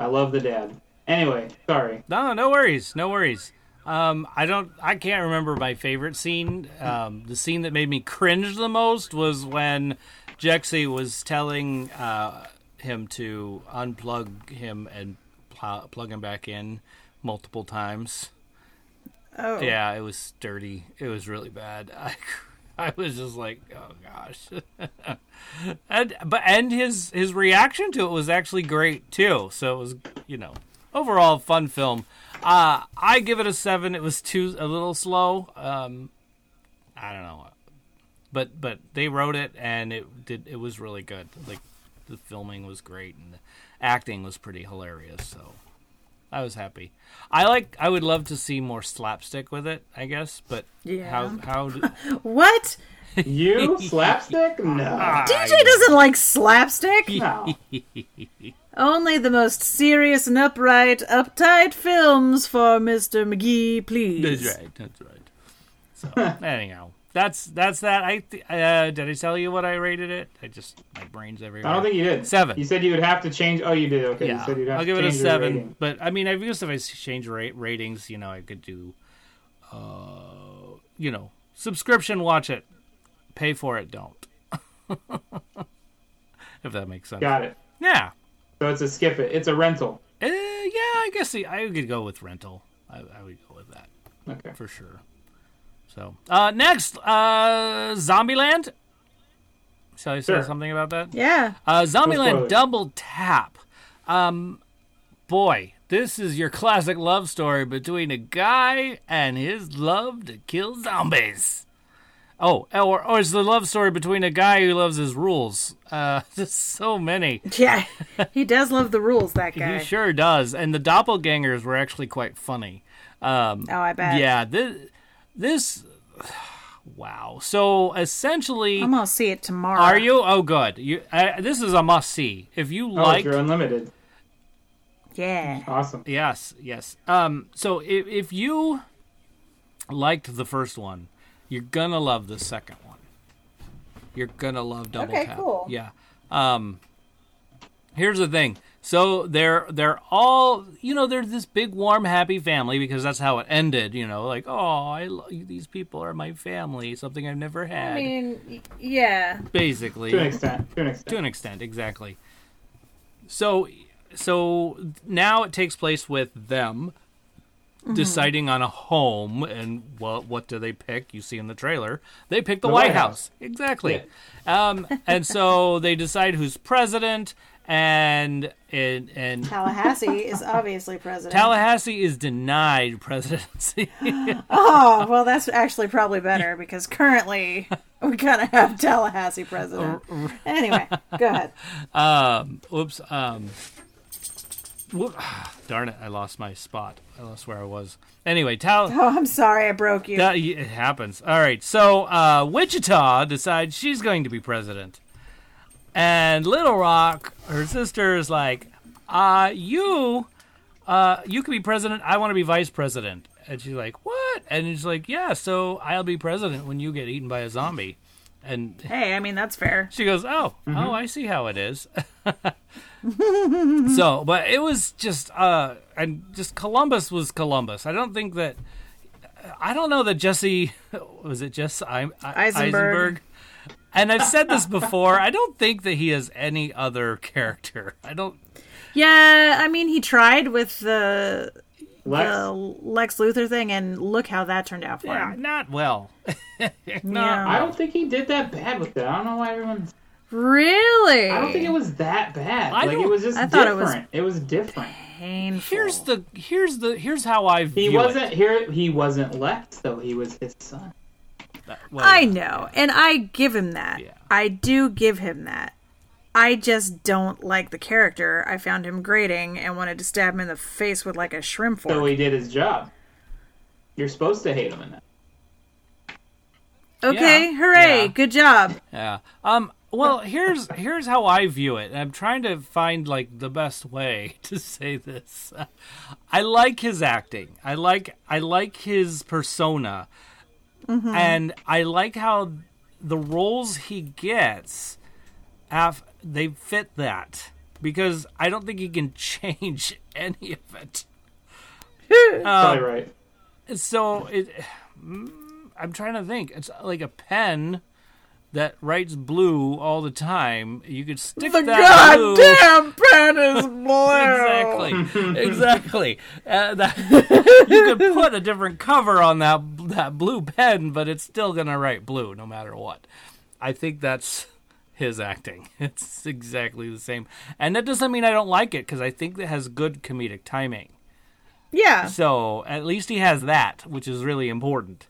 B: I love the dad. Anyway, sorry.
C: No, no worries, no worries. Um, I don't, I can't remember my favorite scene. Um, the scene that made me cringe the most was when Jexy was telling uh, him to unplug him and pl- plug him back in multiple times.
D: Oh.
C: Yeah, it was dirty. It was really bad. I, I was just like, oh gosh. and but and his his reaction to it was actually great too. So it was you know overall fun film. Uh, I give it a seven. It was too a little slow. Um, I don't know, but but they wrote it and it did. It was really good. Like the filming was great and the acting was pretty hilarious. So. I was happy. I like. I would love to see more slapstick with it. I guess, but
D: Yeah.
C: how how do,
D: What?
B: You slapstick? No.
C: Ah.
D: DJ doesn't like slapstick.
B: No.
D: Only the most serious and upright, uptight films for Mr. McGee, please.
C: That's right. That's right. So anyhow, that's that's that. I th- uh, did I tell you what I rated it? I just my brain's everywhere.
B: I don't think you did.
C: Seven.
B: You said you would have to change. Oh, you did. Okay. You
C: yeah,
B: said you'd have
C: I'll
B: to
C: give it a
B: change your rating.
C: seven. But I mean, I guess if I s- change rate ratings, you know, I could do, uh, you know, subscription, watch it, pay for it, don't. if that makes sense.
B: Got it.
C: Yeah.
B: So it's a skip it. It's a rental.
C: Uh, yeah, I guess the, I could go with rental. I, I would go with that
B: Okay.
C: for sure. So uh, next, uh, Zombieland. Shall I say
B: Sure.
C: something about that?
D: Yeah.
C: Uh, Zombieland
B: spoilers.
C: Double Tap. Um, boy, this is your classic love story between a guy and his love to kill zombies. Oh, or, or it's the love story between a guy who loves his rules. Uh, just so many.
D: Yeah. He does love the rules, that guy.
C: He sure does. And the doppelgangers were actually quite funny. Um,
D: Oh, I bet.
C: Yeah, this, this. Wow. So essentially,
D: I'm gonna see it tomorrow.
C: are you? Oh, good. You. Uh, this is a must see. If you
B: Oh,
C: like,
B: you're unlimited.
D: Yeah.
B: Awesome.
C: yes, yes. Um. So if if you liked the first one, you're gonna love the second one. You're gonna love Double
D: Okay,
C: Tap.
D: cool.
C: Yeah. Um. Here's the thing. So they're they're all you know they're this big warm happy family because that's how it ended. You know, like oh, I lo- these people are my family, something I've never had.
D: I mean, y- yeah.
C: Basically,
B: To an extent. To an
C: to
B: extent.
C: an extent exactly so so now it takes place with them Mm-hmm. deciding on a home and what what do they pick you see in the trailer they pick the, white,
B: White
C: house, exactly um and so they decide who's president and and and
D: Tallahassee is obviously president.
C: Tallahassee is denied presidency.
D: oh, well, that's actually probably better because currently we kind of have Tallahassee president. Anyway, go ahead.
C: um, oops. Um, Whoop. Darn it! I lost my spot. I lost where I was. Anyway, Tal.
D: Oh, I'm sorry I broke you.
C: That, it happens. All right. So uh, Wichita decides she's going to be president. And Little Rock, her sister, is like, uh, you, uh, you can be president. I want to be vice president. And she's like, what? And she's like, yeah, so I'll be president when you get eaten by a zombie. And
D: hey, I mean, that's fair.
C: she goes, "Oh, oh, I see how it is." so, but it was just uh and just Columbus was Columbus. I don't think that I don't know that Jesse was it Jess I, I,
D: Eisenberg.
C: Eisenberg. And I've said this before. I don't think that he is any other character. I don't.
D: Yeah, I mean, he tried with the,
B: Lex,
D: the Lex Luthor thing, and look how that turned out for him.
C: Not well.
D: Yeah.
B: I don't think he did that bad with that. I don't know why everyone's.
D: Really?
B: I don't think it was that bad.
C: I
B: like it
C: don't-
B: was just
D: I thought it was-
B: different. It was, different.
D: painful.
C: Here's the here's the here's how I
B: He
C: view
B: wasn't
C: it.
B: here. He wasn't Lex though. He was his son.
C: Well,
D: I know, and I give him that.
C: Yeah.
D: I do give him that. I just don't like the character. I found him grating and wanted to stab him in the face with like a shrimp fork.
B: So he did his job. You're supposed to hate him in that.
D: okay,
C: Yeah.
D: hooray,
C: Yeah.
D: good job.
C: Yeah. Um. Well, here's here's how I view it, and I'm trying to find like the best way to say this. I like his acting. I like I like his persona, and I like how the roles he gets, af- they fit that because I don't think he can change any of it.
B: Probably right.
C: So it, mm, I'm trying to think. It's like a pen that writes blue all the time. You could stick
D: The
C: that blue.
D: goddamn pen is blue.
C: Exactly, exactly. Uh, that, you could put a different cover on that that blue pen, but it's still gonna write blue no matter what. I think that's his acting. It's exactly the same, and that doesn't mean I don't like it because I think it has good comedic timing.
D: Yeah.
C: So at least he has that, which is really important.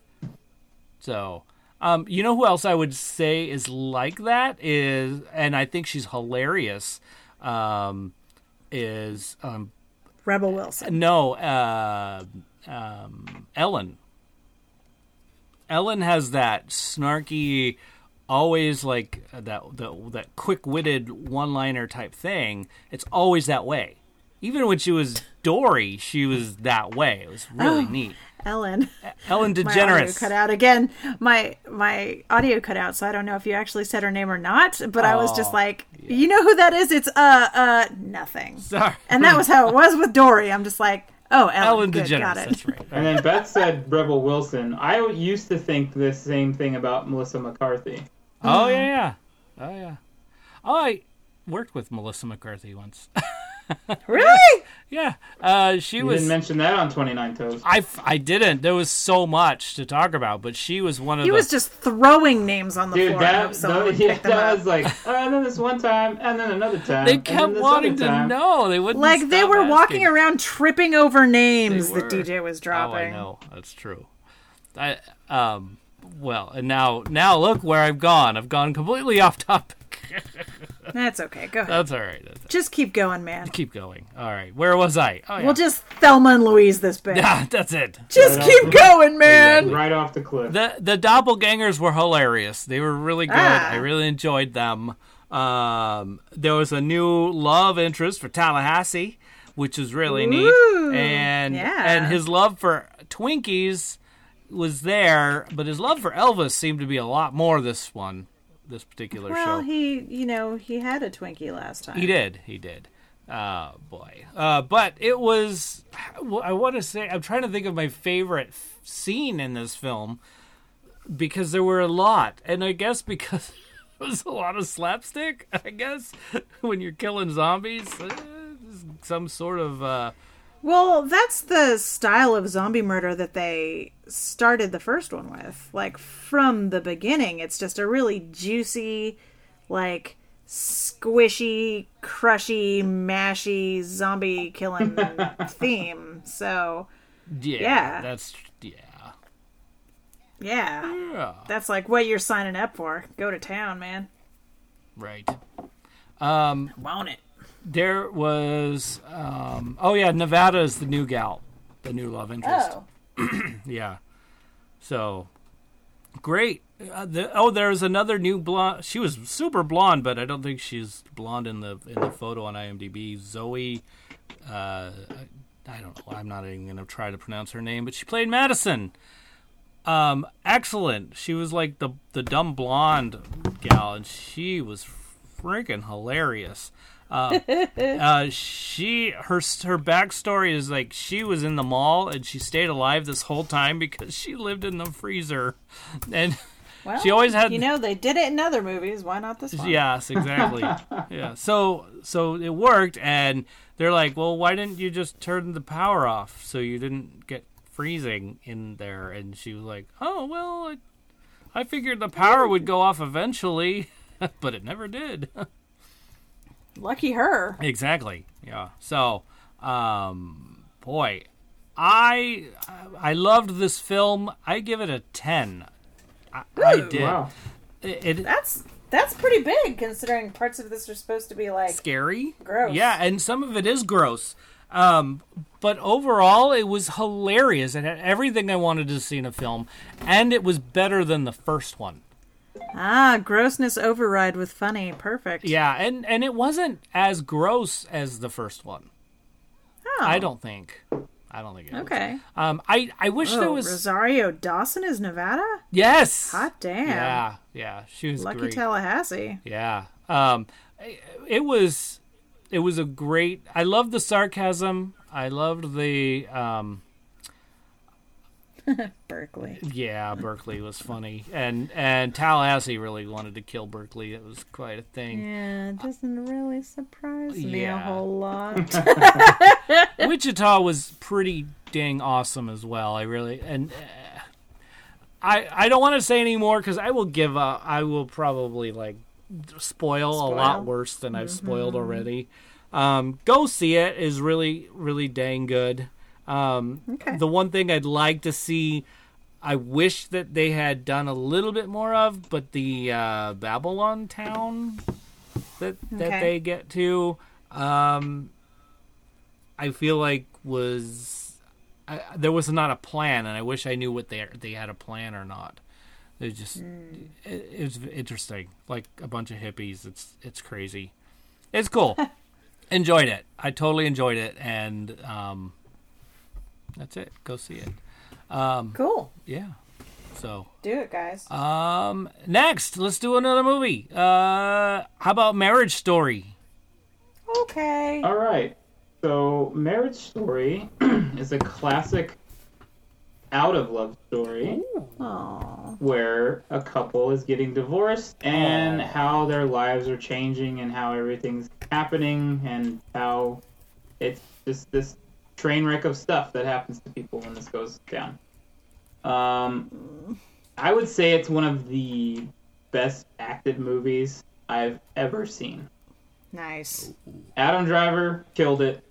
C: So, um, you know who else I would say is like that is, and I think she's hilarious. Um, is um,
D: Rebel Wilson.
C: no, uh, um, Ellen. Ellen has that snarky, always like uh, that that, that quick-witted one-liner type thing. It's always that way. Even when she was Dory, she was that way. It was really neat.
D: Ellen.
C: Ellen
D: Oh. My audio
C: DeGeneres.
D: cut out again. My my audio cut out, so I don't know if you actually said her name or not. But I was just like, you know who that is? It's uh uh nothing.
C: Sorry.
D: And that was how it was with Dory. I'm just like, oh, Ellen,
C: Ellen
D: good,
C: DeGeneres.
D: got it.
C: That's right.
B: And then Beth said Rebel Wilson. I used to think the same thing about Melissa McCarthy.
C: Oh yeah, yeah. Oh yeah. Oh, I worked with Melissa McCarthy once.
D: Really?
C: yeah, uh, she
B: You
C: was.
B: didn't mention that on 29 Toes.
C: I, f- I didn't. There was so much to talk about, but she was one of
D: He
C: the.
D: was just throwing names on the
B: Dude,
D: floor. I
B: that,
D: hope someone
B: that,
D: would
B: yeah,
D: pick them
B: that
D: up.
B: was like, uh, and then this one time, and then another time.
C: they
B: and then
C: kept
B: this
C: wanting
B: other
C: to
B: time.
C: know. They wouldn't.
D: Like they
C: stop
D: were walking
C: asking.
D: around tripping over names
C: They
D: that
C: were.
D: DJ
C: Oh,
D: was
C: I
D: dropping.
C: know. That's true. I um. Well, and now now look where I've gone. I've gone completely off topic.
D: That's okay. Go ahead.
C: That's all right. That's,
D: just keep going, man.
C: keep going. All right. Where was I? Oh, yeah.
D: We'll just Thelma and Louise this bit.
C: Ah, that's it.
D: Just keep going, man.
B: Right off the cliff.
C: The the doppelgangers were hilarious. They were really good.
D: Ah.
C: I really enjoyed them. Um, there was a new love interest for Tallahassee, which was really
D: Ooh,
C: neat, and
D: yeah.
C: and his love for Twinkies was there, but his love for Elvis seemed to be a lot more this one, this particular
D: Well,
C: show.
D: he, you know, he had a Twinkie last time.
C: He did. He did. Oh boy. Uh, but it was. well, I want to say. I'm trying to think of my favorite f- scene in this film because there were a lot, and I guess because it was a lot of slapstick. I guess when you're killing zombies, uh, there's some sort of. Uh,
D: Well, that's the style of zombie murder that they started the first one with. Like from the beginning, it's just a really juicy, like squishy, crushy, mashy zombie killing theme. So,
C: yeah,
D: Yeah.
C: That's yeah.
D: yeah. That's like what you're signing up for. Go to town, man.
C: Right.
D: Want it.
C: Um, There was, um, oh yeah, Nevada is the new gal, the new love interest.
D: Oh.
C: Yeah. So great. Uh, the, oh, there's another new blonde. She was super blonde, but I don't think she's blonde in the in the photo on IMDb. Zoe. Uh, I don't know. I'm not even going to try to pronounce her name, but she played Madison. Um, excellent. She was like the the dumb blonde gal, and she was freaking hilarious. Uh, she her her backstory is like she was in the mall and she stayed alive this whole time because she lived in the freezer, and
D: Well,
C: She always had-
D: You know, they did it in other movies. Why not this one?
C: yes, exactly, yeah. So so it worked, and they're like, well, why didn't you just turn the power off so you didn't get freezing in there? And she was like, oh well, I, I figured the power would go off eventually, but it never did.
D: Lucky her.
C: Exactly. Yeah. So, um, boy, I I loved this film. I give it a ten. I, I did.
B: Wow.
C: It, it
D: That's that's pretty big considering parts of this are supposed to be like
C: scary.
D: Gross.
C: Yeah, and some of it is gross. Um, but overall, it was hilarious. It had everything I wanted to see in a film, and it was better than the first one.
D: ah grossness override with funny. Perfect.
C: Yeah, and and it wasn't as gross as the first one.
D: Oh,
C: I don't think. I don't think it was.
D: Okay.
C: Um, I I wish there
D: Oh,
C: was
D: Rosario Dawson is Nevada.
C: yes.
D: Hot damn.
C: Yeah, yeah, she was
D: Lucky
C: great.
D: Tallahassee.
C: yeah, um, it, it was, it was a great. I loved the sarcasm. I loved the um,
D: Berkeley.
C: yeah. Berkeley was funny, and and Tallahassee really wanted to kill Berkeley. It was quite a thing,
D: Yeah, it doesn't really surprise me
C: Yeah.
D: a whole lot.
C: Wichita was pretty dang awesome as well. I really and uh, I I don't want to say any more because I will give up. I will probably like spoil, a lot worse than I've spoiled already. Um, go see it is really really dang good. Um,
D: Okay.
C: The one thing I'd like to see. I wish that they had done a little bit more of, but the uh, Babylon town that that
D: Okay.
C: they get to, um, I feel like was I, there was not a plan, and I wish I knew what they they had a plan or not. It was just
D: Hmm.
C: it, it was interesting, like a bunch of hippies. It's it's crazy. It's cool. enjoyed it. I totally enjoyed it, and um, that's it. Go see it.
D: cool.
C: Yeah. So
D: Do it, guys.
C: um, next, let's do another movie. Uh, how about Marriage Story?
D: okay.
C: uh,
B: All right. So, Marriage Story is a classic out of love story
D: Aw.
B: where a couple is getting divorced and how their lives are changing and how everything's happening and how it's just this train wreck of stuff that happens to people when this goes down. Um, I would say it's one of the best acted movies I've ever seen.
D: Nice.
B: Adam Driver killed it.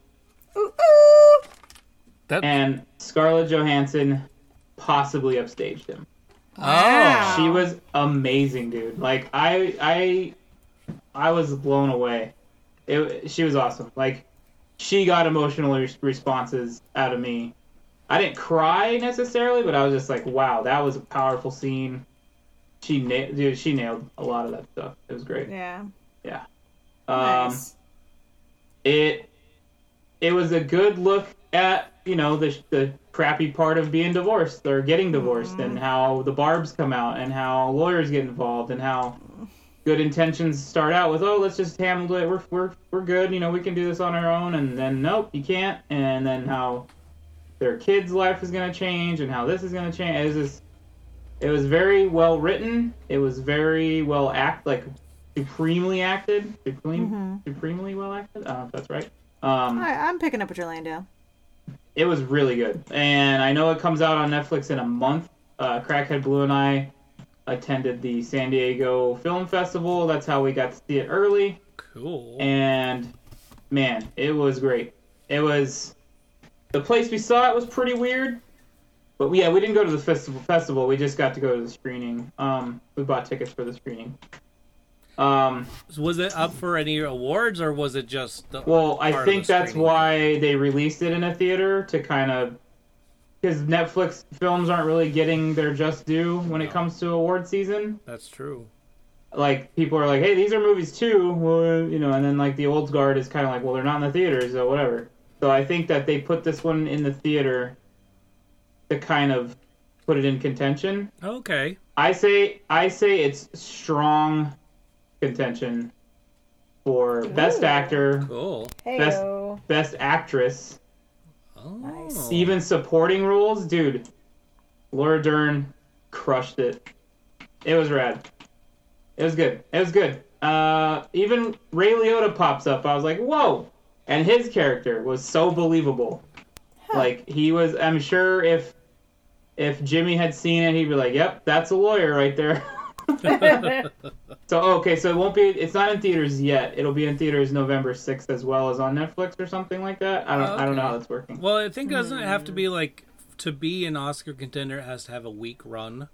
D: Ooh, ooh.
B: and Scarlett Johansson possibly upstaged him.
C: oh,
D: Wow.
B: She was amazing, dude. Like I, I, I was blown away. It, she was awesome. Like she got emotional res- responses out of me. I didn't cry necessarily, but I was just like, wow, that was a powerful scene. She nailed, dude. She nailed a lot of that stuff. It was great.
D: Yeah.
B: Yeah. Um,
D: Nice.
B: it it was a good look at you know the the crappy part of being divorced or getting divorced and how the barbs come out and how lawyers get involved and how good intentions start out with oh let's just handle it we're we're we're good you know we can do this on our own and then nope you can't and then how their kids life is going to change and how this is going to change it was just it was very well written it was very well act like supremely acted supreme, supremely well acted i don't know if that's right um,
D: I, I'm picking up what you're laying down.
B: it was really good. And I know it comes out on Netflix in a month. Uh, Crackhead Blue and I attended the San Diego Film Festival. That's how we got to see it early.
C: Cool.
B: And man, it was great. It was the place we saw it was pretty weird. But we- yeah, we didn't go to the festival. Festival, we just got to go to the screening. Um, we bought tickets for the screening. Um,
C: Was it up for any awards or was it just? The
B: well,
C: part
B: I
C: of
B: think
C: the
B: that's
C: screening?
B: why they released it in a theater to kind of because Netflix films aren't really getting their just due when it comes to award season.
C: That's true.
B: Like people are like, "Hey, these are movies too," well, you know, and then like the old guard is kind of like, "Well, they're not in the theaters, so whatever." So I think that they put this one in the theater to kind of put it in contention.
C: Okay.
B: I say I say it's strong contention for best
D: Ooh.
B: actor,
C: Cool.
B: Best-
D: Heyo.
B: best actress,
C: Oh.
D: Nice.
B: even supporting roles, dude. Laura Dern crushed it. It was rad. It was good. It was good. Uh, even Ray Liotta pops up. I was like, whoa! And his character was so believable. Like he was. I'm sure if if Jimmy had seen it, he'd be like, "Yep, that's a lawyer right there." so okay, so it won't be. It's not in theaters yet. It'll be in theaters November 6th as well as on Netflix or something like that. I don't. I don't know how it's working.
C: Well, I think doesn't it have to be like to be an Oscar contender it has to have a week run,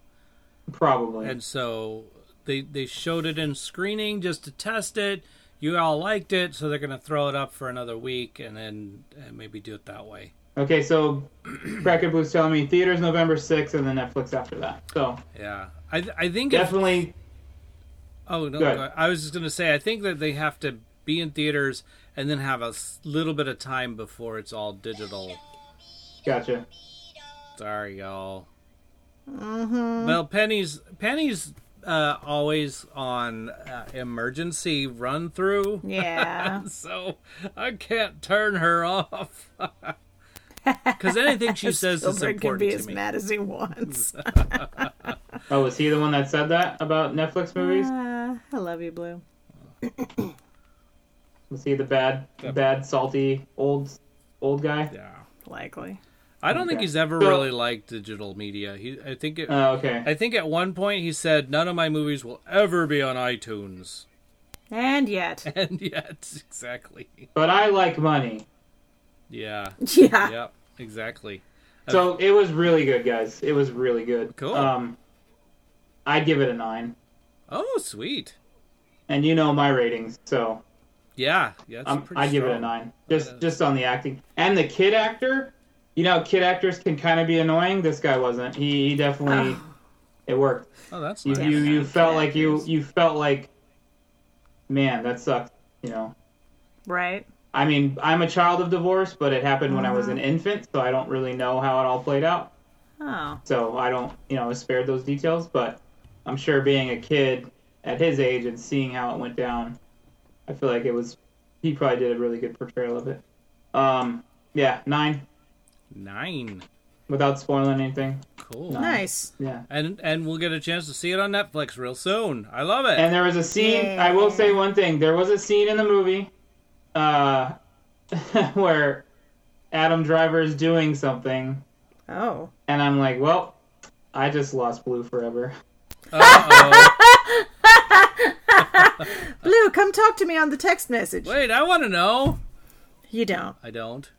B: Probably.
C: and so they they showed it in screening just to test it. You all liked it, so they're gonna throw it up for another week, and then and maybe do it that way.
B: Okay, so Cracker Blue's telling me theaters November 6th and then Netflix after that. So
C: Yeah, I th- I think if
B: definitely,
C: Oh no!
B: Go ahead.
C: I was just gonna say I think that they have to be in theaters and then have a s- little bit of time before it's all digital.
B: gotcha.
C: Sorry, y'all. Mm-hmm. Well, Penny's Penny's uh, always on uh, emergency run through,
D: Yeah.
C: so I can't turn her off. Because anything she says is
D: Spielberg can
C: important
D: be
C: to
D: as
C: me.
D: mad as he wants. Uh,
B: Oh, was he the one that said that about Netflix movies?
D: Uh, I love you, Blue.
B: Was he the bad, bad, salty old, old guy?
C: Yeah,
D: Likely.
C: I don't think
B: Okay.
C: he's ever
B: So-
C: really liked digital media. He, I think it,
B: Oh, okay.
C: I think at one point he said, "None of my movies will ever be on iTunes,"
D: And yet.
C: and yet, exactly,
B: But I like money,
C: yeah,
D: Yeah.
C: yep, exactly.
B: so it was really good, guys. It was really good.
C: Cool.
B: Um, I'd give it a nine,
C: Oh, sweet,
B: and you know my ratings, so
C: yeah, yeah. that's
B: um,
C: pretty
B: I'd give it a
C: strong.
B: nine. Just, just on the acting and the kid actor. You know, kid actors can kind of be annoying. This guy wasn't. He, he definitely, it worked.
C: Oh, that's
B: you
C: nice.
B: you, you
D: Definitely.
B: felt like you
D: Actors.
B: you felt like man that sucked you know
D: Right.
B: i mean i'm a child of divorce but it happened when i
C: Mm-hmm.
B: was an infant so i don't really know how it all played out
D: Oh.
B: so i don't you know I was spared those details but i'm sure being a kid at his age and seeing how it went down i feel like it was he probably did a really good portrayal of it um yeah nine
C: Nine,
B: without spoiling anything
C: cool.
D: Nice.
B: yeah
C: And and we'll get a chance to see it on Netflix real soon. I love it.
B: And there was a scene. I will say one thing. There was a scene in the movie uh, where Adam Driver is doing something,
D: Oh.
B: and I'm like, well, I just lost Blue forever.
C: Uh-oh.
D: Blue, come talk to me on the text message.
C: Wait, I want to know.
D: You don't.
C: I don't.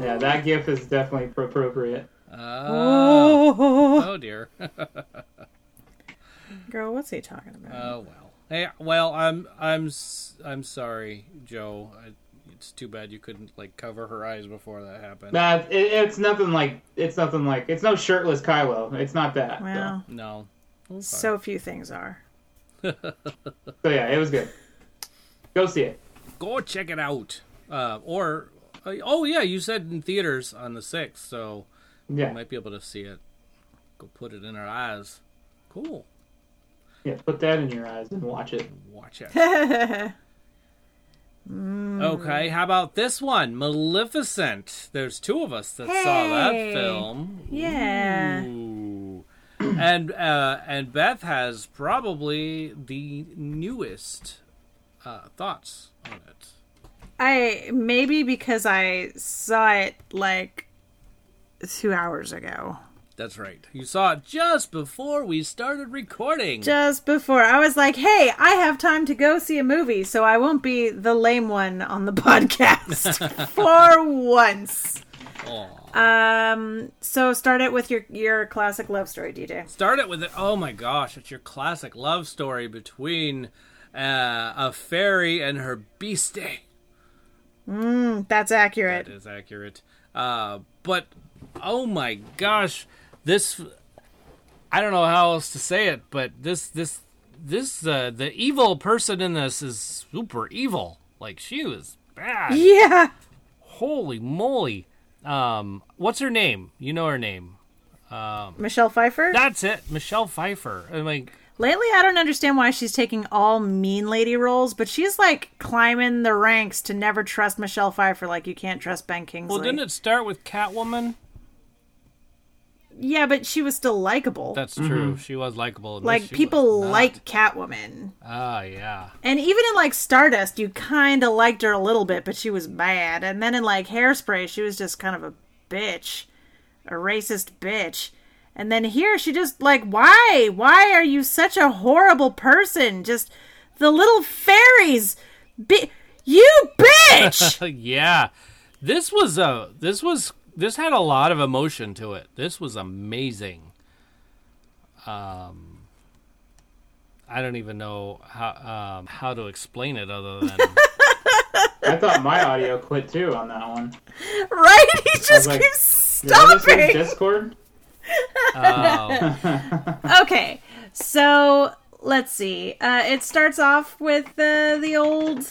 B: Yeah, that gif is definitely appropriate.
C: Uh,
D: oh.
C: oh dear.
D: Girl, what's he talking about?
C: Oh well. Hey, well, I'm I'm s- I'm sorry, Joe. I, it's too bad you couldn't like cover her eyes before that happened.
B: Nah, it, it's nothing like. It's nothing like. It's no shirtless Kylo. It's not that.
D: wow.
C: No.
D: So few things are.
B: So, so yeah, it was good. Go see it.
C: Go check it out. Uh, or uh, oh yeah, you said in theaters on the sixth, so we
B: Yeah,
C: might be able to see it. Go put it in our eyes. Cool.
B: yeah. Put that in your eyes and watch it.
C: Watch it. Mm. Okay, how about this one? Maleficent. There's two of us that saw that
D: Hey.
C: film.
D: Yeah.
C: Ooh. and uh, and Beth has probably the newest uh, thoughts on it.
D: I maybe because I saw it like two hours ago.
C: That's right. You saw it just before we started recording.
D: Just before I was like, "Hey, I have time to go see a movie, so I won't be the lame one on the podcast for once." Um, so start it with your your classic love story, DJ.
C: Start it with it. Oh my gosh, it's your classic love story between uh, a fairy and her beastie.
D: That's accurate.
C: That is accurate. Uh, but oh my gosh, this I don't know how else to say it, but this this this uh, the evil person in this is super evil. Like she was bad.
D: Yeah.
C: Holy moly. Um, what's her name? You know her name.
D: Michelle Pfeiffer.
C: That's it, Michelle Pfeiffer. I'm like,
D: Lately, I don't understand why she's taking all mean lady roles, but she's like climbing the ranks to never trust Michelle Pfeiffer like you can't trust Ben Kingsley.
C: well, didn't it start with Catwoman?
D: Yeah, but she was still likable.
C: That's true. She was likable. and
D: like
C: she was
D: people
C: not.
D: like Catwoman,
C: Ah, yeah.
D: and even in like Stardust, you kind of liked her a little bit, but she was bad. And then in like Hairspray, she was just kind of a bitch, a racist bitch. And then here, she just like, why, why are you such a horrible person? Just the little fairies, bi- you bitch.
C: yeah this was a this was this had a lot of emotion to it this was amazing um i don't even know how um how to explain it other than
B: I thought my audio quit too on that one.
D: Right? He just
B: like,
D: keeps
B: Did I just
D: stopping.
B: say Discord?
C: oh,
D: okay, so let's see. Uh, it starts off with uh, the old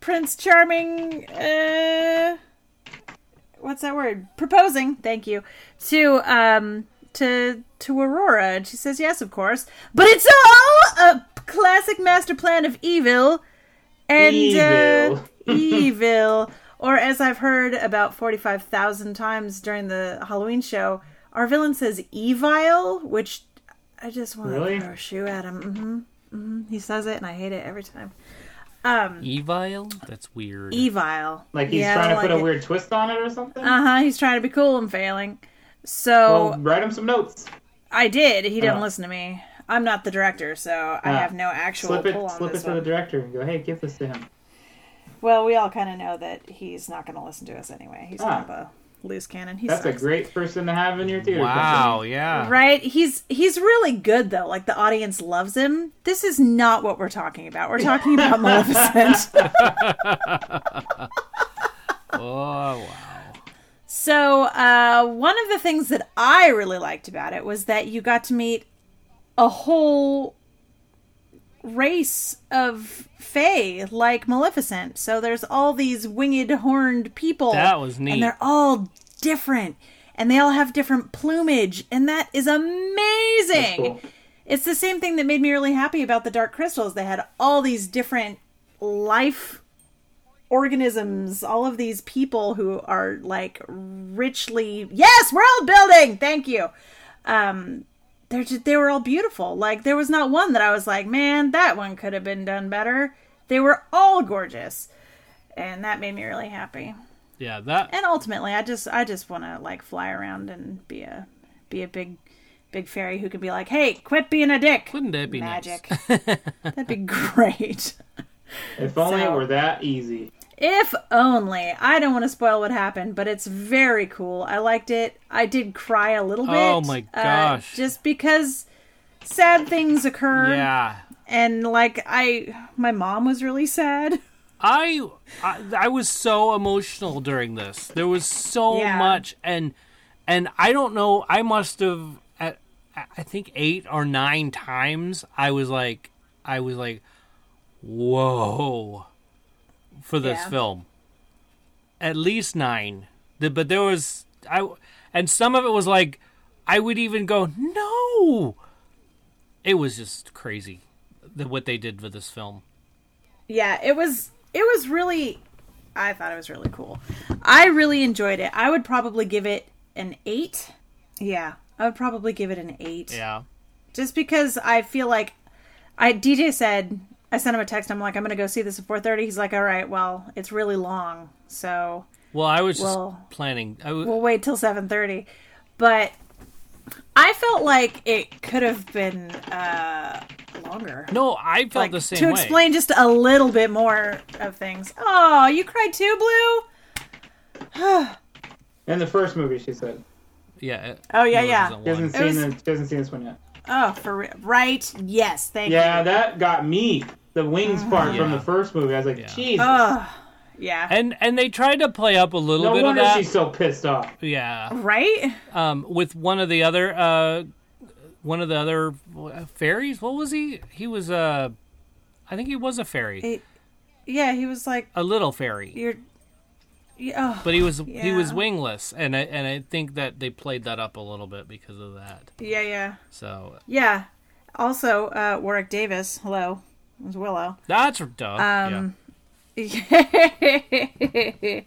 D: Prince Charming. Uh, what's that word? Proposing. Thank you to um to to Aurora, and she says yes, of course. But it's all a classic master plan of evil and
B: Evil.
D: Uh, evil. Or as I've heard about forty-five thousand times during the Halloween show, our villain says evil, which I just want
B: Really?
D: to throw a shoe at him. hmm hmm He says it, and I hate it every time.
C: evil that's weird
D: Evil.
B: Like he's
D: Yeah, I
B: trying to
D: don't
B: put
D: like
B: a
D: it.
B: weird twist on it or something?
D: Uh huh. He's trying to be cool and failing. So Oh.
B: well, write him some notes.
D: I did. He didn't
B: Oh.
D: listen to me. I'm not the director, so I
B: Ah.
D: have no actual
B: Slip
D: pull
B: it,
D: on
B: slip it
D: this
B: to the
D: one.
B: director and go, hey, give this to him.
D: well, we all kind of know that he's not going to listen to us anyway. He's
B: Ah.
D: kind of a loose cannon. He
B: That's a
D: sucks.
B: great person to have in your theater.
C: wow
B: company.
C: yeah
D: Right? He's he's really good though. Like the audience loves him. This is not what we're talking about. We're talking about Maleficent.
C: oh wow
D: so uh, one of the things that I really liked about it was that you got to meet a whole race of fae like Maleficent. So there's all these winged horned people.
C: That was neat.
D: And they're all different. And they all have different plumage. And that is amazing.
B: Cool.
D: It's the same thing that made me really happy about the Dark Crystals. They had all these different life organisms, all of these people who are like richly, yes, world building. Thank you. Um, they're just, they were all beautiful. Like there was not one that I was like, man, that one could have been done better. They were all gorgeous, and that made me really happy.
C: yeah that
D: And ultimately, I just I just want to like fly around and be a be a big big fairy who can be like, hey, quit being a dick.
C: wouldn't that be nice?
D: Magic. That'd be great.
B: If only it
D: So-
B: were that easy.
D: If only. I don't want to spoil what happened, but it's very cool. I liked it. I did cry a little bit.
C: Oh my
D: uh,
C: gosh.
D: just because sad things occur.
C: yeah
D: And like I my mom was really sad.
C: I, I I was so emotional during this. There was so
D: Yeah.
C: much, and and I don't know. I must have at I think eight or nine times. I was like, I was like, whoa, for this
D: Yeah.
C: film. At least nine, The- but there was I, and some of it was like I would even go no. It was just crazy, the, what they did with this film.
D: Yeah, it was it was really I thought it was really cool. I really enjoyed it. I would probably give it an 8. Yeah, I would probably give it an 8.
C: Yeah.
D: just because I feel like I DJ said I sent him a text. I'm like, I'm gonna go see this at 4:30. He's like, all right, well, it's really long, so
C: Well, I was just
D: Well-
C: planning. I w-
D: we'll wait till 7:30. But I felt like it could have been uh, longer.
C: no, I felt
D: Like,
C: the same
D: to
C: way.
D: explain just a little bit more of things. Oh, you cried too, Blue.
B: In the first movie, she said.
C: Yeah. it-
D: Oh, yeah,
C: no, it
D: yeah.
C: isn't
B: She hasn't,
C: one.
B: seen,
D: was-
B: the, she hasn't seen this one yet.
D: Oh, for real. Right? Yes, thank
B: Yeah,
D: you.
B: that got me. The wings
D: Ah.
B: part from
C: Yeah.
B: the first movie. I was like, Jesus.
D: Ugh. yeah.
C: And and they tried to play up a little
B: no
C: bit of
B: wonder
C: that.
B: she's so pissed off.
C: Yeah.
D: right?
C: Um, with one of the other uh, one of the other uh, fairies. What was he? He was a. I think he was a fairy.
D: Yeah, he was like,
C: a little fairy.
D: you're. Yeah, oh,
C: But he was he was
D: Yeah.
C: wingless, and I and I think that they played that up a little bit because of that.
D: yeah, yeah.
C: So
D: Yeah. Also, uh, Warwick Davis, hello, it was Willow.
C: that's dumb.
D: Um, and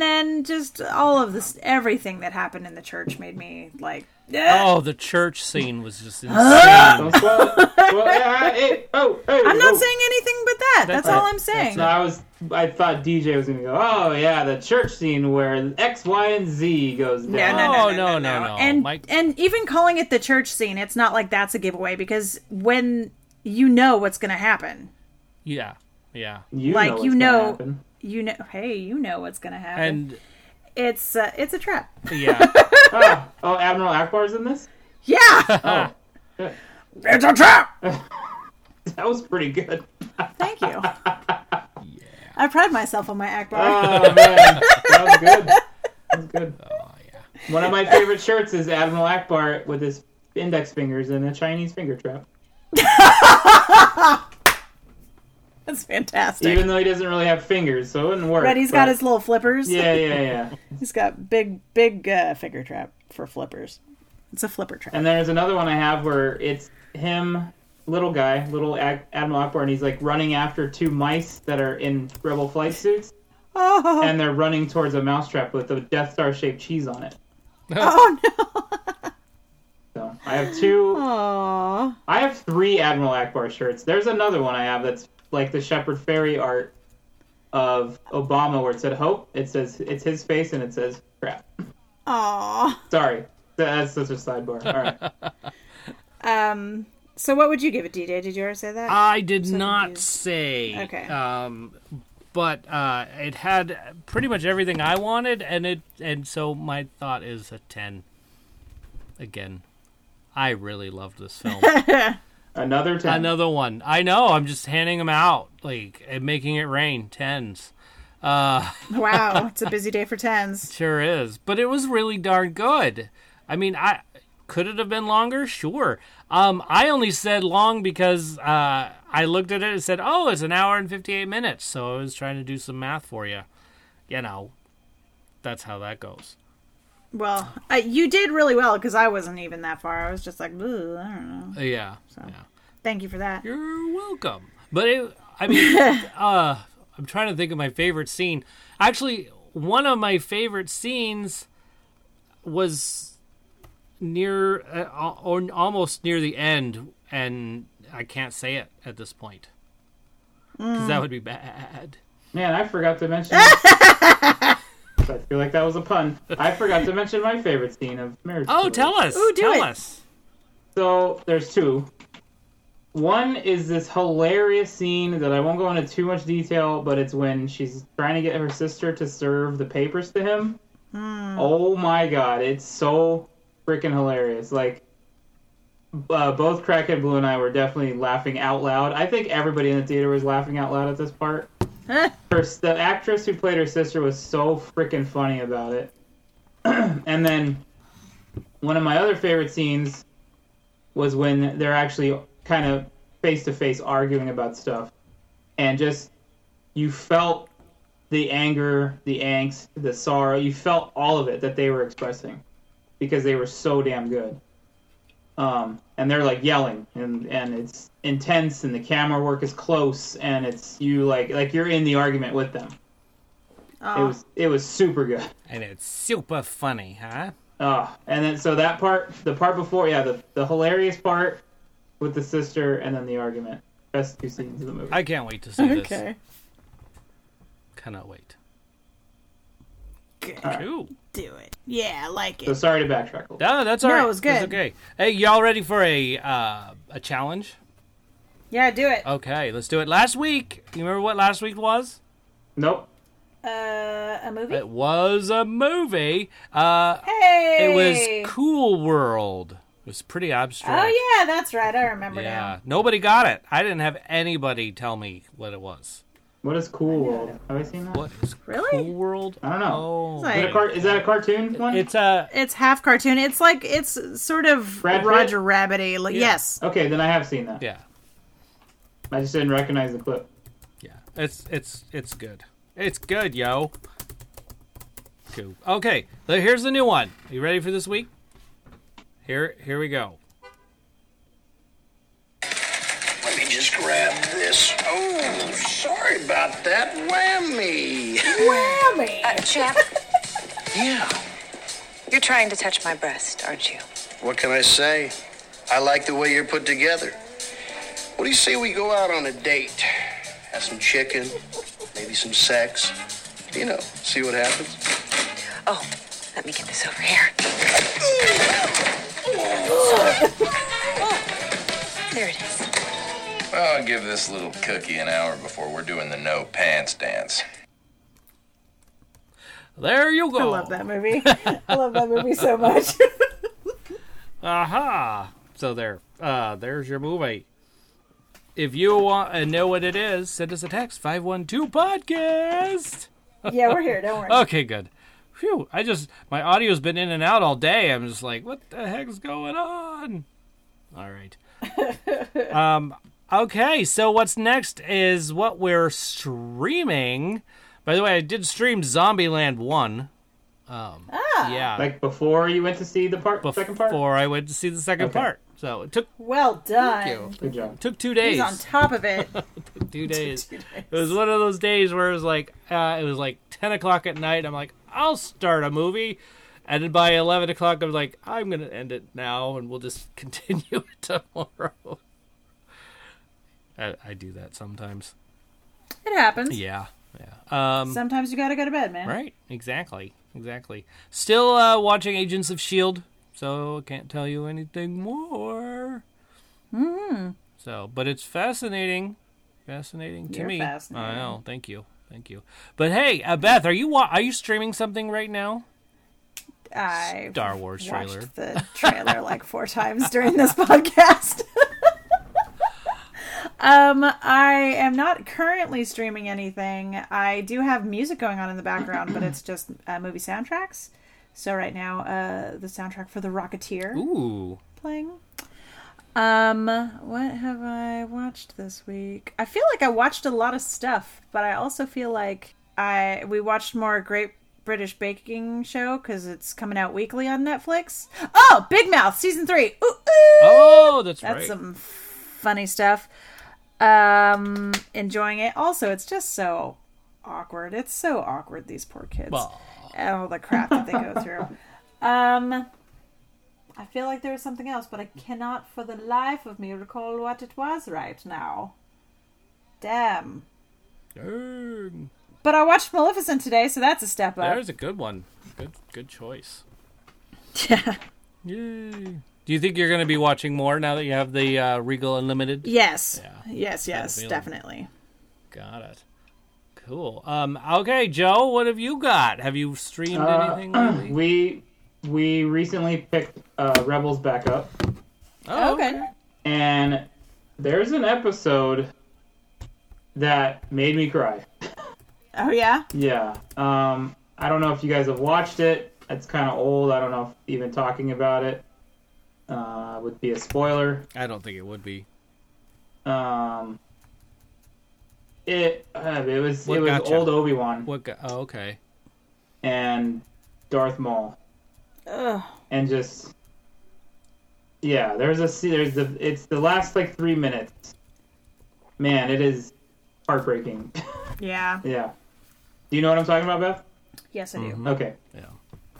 D: then just all of this, everything that happened in the church made me like,
C: yeah. Oh, the church scene was just insane.
B: Don't spoil it. well, yeah, hey, oh, hey,
D: I'm not
B: whoa.
D: saying anything but that. That's,
B: it.
D: all I'm saying.
B: No, I was. I thought DJ was gonna go. Oh yeah, the church scene where X, Y, and Z goes down.
D: No, no, no,
C: Oh,
D: no,
C: no,
D: no,
C: no, no.
D: And
C: Mike-
D: and even calling it the church scene, it's not like that's a giveaway because when you know what's going to happen,
C: yeah, yeah,
B: You
D: like,
B: know what's
D: you
B: gonna
D: know-
B: happen.
D: you know, hey, you know what's going to happen.
C: and
D: it's uh, it's a trap.
C: yeah,
B: Oh, oh, Admiral Akbar's in this.
D: Yeah,
B: Oh,
D: it's a trap.
B: that was pretty good.
D: Thank you. I pride myself on my act.
B: Oh man, that was good. That was good. Oh yeah. One of my favorite shirts is Admiral Akbar with his index fingers in a Chinese finger trap.
D: That's fantastic.
B: Even though he doesn't really have fingers, so it wouldn't work.
D: But he's got
B: but-
D: his little flippers.
B: Yeah, yeah, yeah.
D: He's got big, big uh, finger trap for flippers. It's a flipper trap.
B: And there's another one I have where it's him, little guy, little Ad- Admiral Akbar, and he's like running after two mice that are in rebel flight suits,
D: Oh,
B: and they're running towards a mousetrap with a Death Star shaped cheese on it.
D: oh no. Oh,
B: So I have two.
D: Aw.
B: I have three Admiral Akbar shirts. There's another one I have that's like the Shepherd Fairy art of Obama, where it said hope. It says it's his face, and it says crap.
D: Aw.
B: Sorry, that's such a sidebar. All right.
D: Um. So, what would you give it, DJ? Did you ever say that?
C: I did not
D: confused.
C: say.
D: Okay.
C: Um, but uh, it had pretty much everything I wanted, and it and so my thought is a ten. Again, I really loved this film.
B: Another ten.
C: Another one. I know. I'm just handing them out, like and making it rain. Tens.
D: wow, it's a busy day for tens.
C: Sure is. But it was really darn good. I mean, I could it have been longer? Sure. Um, I only said long because uh, I looked at it and said, "Oh, it's an hour and fifty-eight minutes." So I was trying to do some math for you. You know, that's how that goes.
D: Well, uh, you did really well because I wasn't even that far. I was just like, "Ooh, I don't know.
C: Yeah. Yeah.
D: Thank you for that.
C: You're welcome. But it, I mean, uh, I'm trying to think of my favorite scene. Actually, one of my favorite scenes was near uh, al- or almost near the end, and I can't say it at this point because
D: Hmm.
C: that would be bad.
B: Man, I forgot to mention. I feel like that was a pun. I forgot to mention my favorite scene of Marriage.
C: Oh,
B: Story.
C: tell us.
D: Ooh, do
C: tell
D: it.
C: us.
B: So there's two. One is this hilarious scene that I won't go into too much detail, but it's when she's trying to get her sister to serve the papers to him. Oh my god, it's so freaking hilarious! Like, uh, both Crackhead Blue and I were definitely laughing out loud. I think everybody in the theater was laughing out loud at this part. her, the actress who played her sister was so freaking funny about it. and then one of my other favorite scenes was when they're actually kind of face to face arguing about stuff. And just you felt the anger, the angst, the sorrow, you felt all of it that they were expressing because they were so damn good. Um, and they're like yelling and, and it's intense and the camera work is close and it's you like like you're in the argument with them. It
D: Oh,
B: was it was super good.
C: And it's super funny, huh?
B: Oh, and then so that part, the part before, yeah, the, the hilarious part with the sister, and then the argument. Best two scenes of the movie.
C: I can't wait to see this.
D: okay.
C: Cannot wait.
D: Good.
C: Ooh.
D: Do it. Yeah, I like
B: so
D: it.
B: sorry to backtrack. A little.
C: No, that's all
D: No,
C: right.
D: it was good.
C: That's okay. Hey, y'all ready for a uh, a challenge?
D: Yeah, do it.
C: Okay, let's do it. Last week, you remember what last week was?
B: Nope.
D: uh, a movie?
C: It was a movie. Uh,
D: hey!
C: It was Cool World. It was pretty abstract.
D: Oh, yeah, that's right. I remember
C: Yeah,
D: now.
C: nobody got it. I didn't have anybody tell me what it was.
B: What is Cool World? Have I seen that?
C: What is
D: Really?
C: Cool World?
B: I don't know. Is,
C: Oh,
D: It's
B: that a
D: like-
B: car- is that a cartoon one?
C: it's a
D: It's half cartoon. It's like, it's sort of
B: Brad Pitt?
D: Roger Rabbity. Like, Yes.
B: okay, then I have seen that.
C: yeah,
B: I just didn't recognize the clip.
C: yeah. It's it's it's good. It's good, yo. Cool. Okay, so here's the new one. you ready for this week? Here here we go.
E: Let me just grab this. Oh, sorry about that. Whammy.
F: Uh, champ,
E: Yeah.
F: you're trying to touch my breast, aren't you?
E: What can I say? I like the way you're put together. What do you say we go out on a date? Have some chicken, maybe some sex. You know, see what happens.
F: Oh, let me get this over here. There it is.
G: Well, I'll give this little cookie an hour before we're doing the no pants dance.
C: There you go.
D: I love that movie. I love that movie so much.
C: Aha! So there, uh, there's your movie. If you want to know what it is, send us a text five one two podcast.
D: yeah, we're here. Don't worry.
C: Okay, good. Phew! I just my audio's been in and out all day. I'm just like, what the heck's going on? All right. um. Okay. So what's next is what we're streaming. By the way, I did stream Zombieland one. Um,
D: Ah.
C: Yeah.
B: Like before you went to see the part, second part.
C: before I went to see the second
B: Okay.
C: part, so it took
D: Well done.
B: Good job.
C: took two days.
D: He's on top of it.
C: two days. It was one of those days where it was like uh, it was like ten o'clock at night. I'm like, I'll start a movie, and then by eleven o'clock, I'm like, I'm gonna end it now, and we'll just continue it tomorrow. I, I do that sometimes.
D: It happens.
C: Yeah, yeah. Um,
D: Sometimes you gotta go to bed, man.
C: right, exactly, exactly. Still uh, watching Agents of Shield, so can't tell you anything more.
D: Mm-hmm.
C: So, but it's fascinating, fascinating to
D: You're
C: me.
D: fascinating.
C: I know. Thank you, thank you. But hey, uh, Beth, are you wa- are you streaming something right now?
D: I
C: Star Wars trailer.
D: watched the trailer like four times during this podcast. um, I am not currently streaming anything. I do have music going on in the background, but it's just uh, movie soundtracks. So right now, uh, the soundtrack for The Rocketeer
C: Ooh,
D: playing. Um, what have I watched this week? I feel like I watched a lot of stuff, but I also feel like I we watched more Great British Baking Show because it's coming out weekly on Netflix. Oh, Big Mouth season three. Ooh, ooh.
C: oh, that's,
D: That's
C: right.
D: some funny stuff. Um, enjoying it. Also, it's just so awkward. It's so awkward. These poor kids
C: Well,
D: and all the crap that they go through. Um, I feel like there was something else, but I cannot for the life of me recall what it was right now. Damn.
C: dang.
D: But I watched Maleficent today, so that's a step up.
C: there's a good one. Good, good choice.
D: Yeah.
C: Yay. Do you think you're going to be watching more now that you have the uh, Regal Unlimited?
D: Yes. Yes, yes,
C: feeling.
D: definitely.
C: Got it. Cool. Um. Okay, Joe. What have you got? Have you streamed anything? lately?
B: We we recently picked uh, Rebels back up,
C: Oh,
D: okay.
B: and there's an episode that made me cry.
D: Oh, yeah?
B: Yeah. Um, I don't know if you guys have watched it. It's kind of old. I don't know if even talking about it uh, would be a spoiler.
C: I don't think it would be.
B: Um, it uh, it was
C: What
B: it was
C: gotcha?
B: old Obi Wan
C: What? Go- oh, okay.
B: and Darth Maul.
D: Ugh.
B: and just yeah there's a se- there's the it's the last like three minutes man it is heartbreaking
D: Yeah.
B: yeah do you know what i'm talking about beth
D: Yes, I do.
C: Mm-hmm.
B: okay
C: Yeah.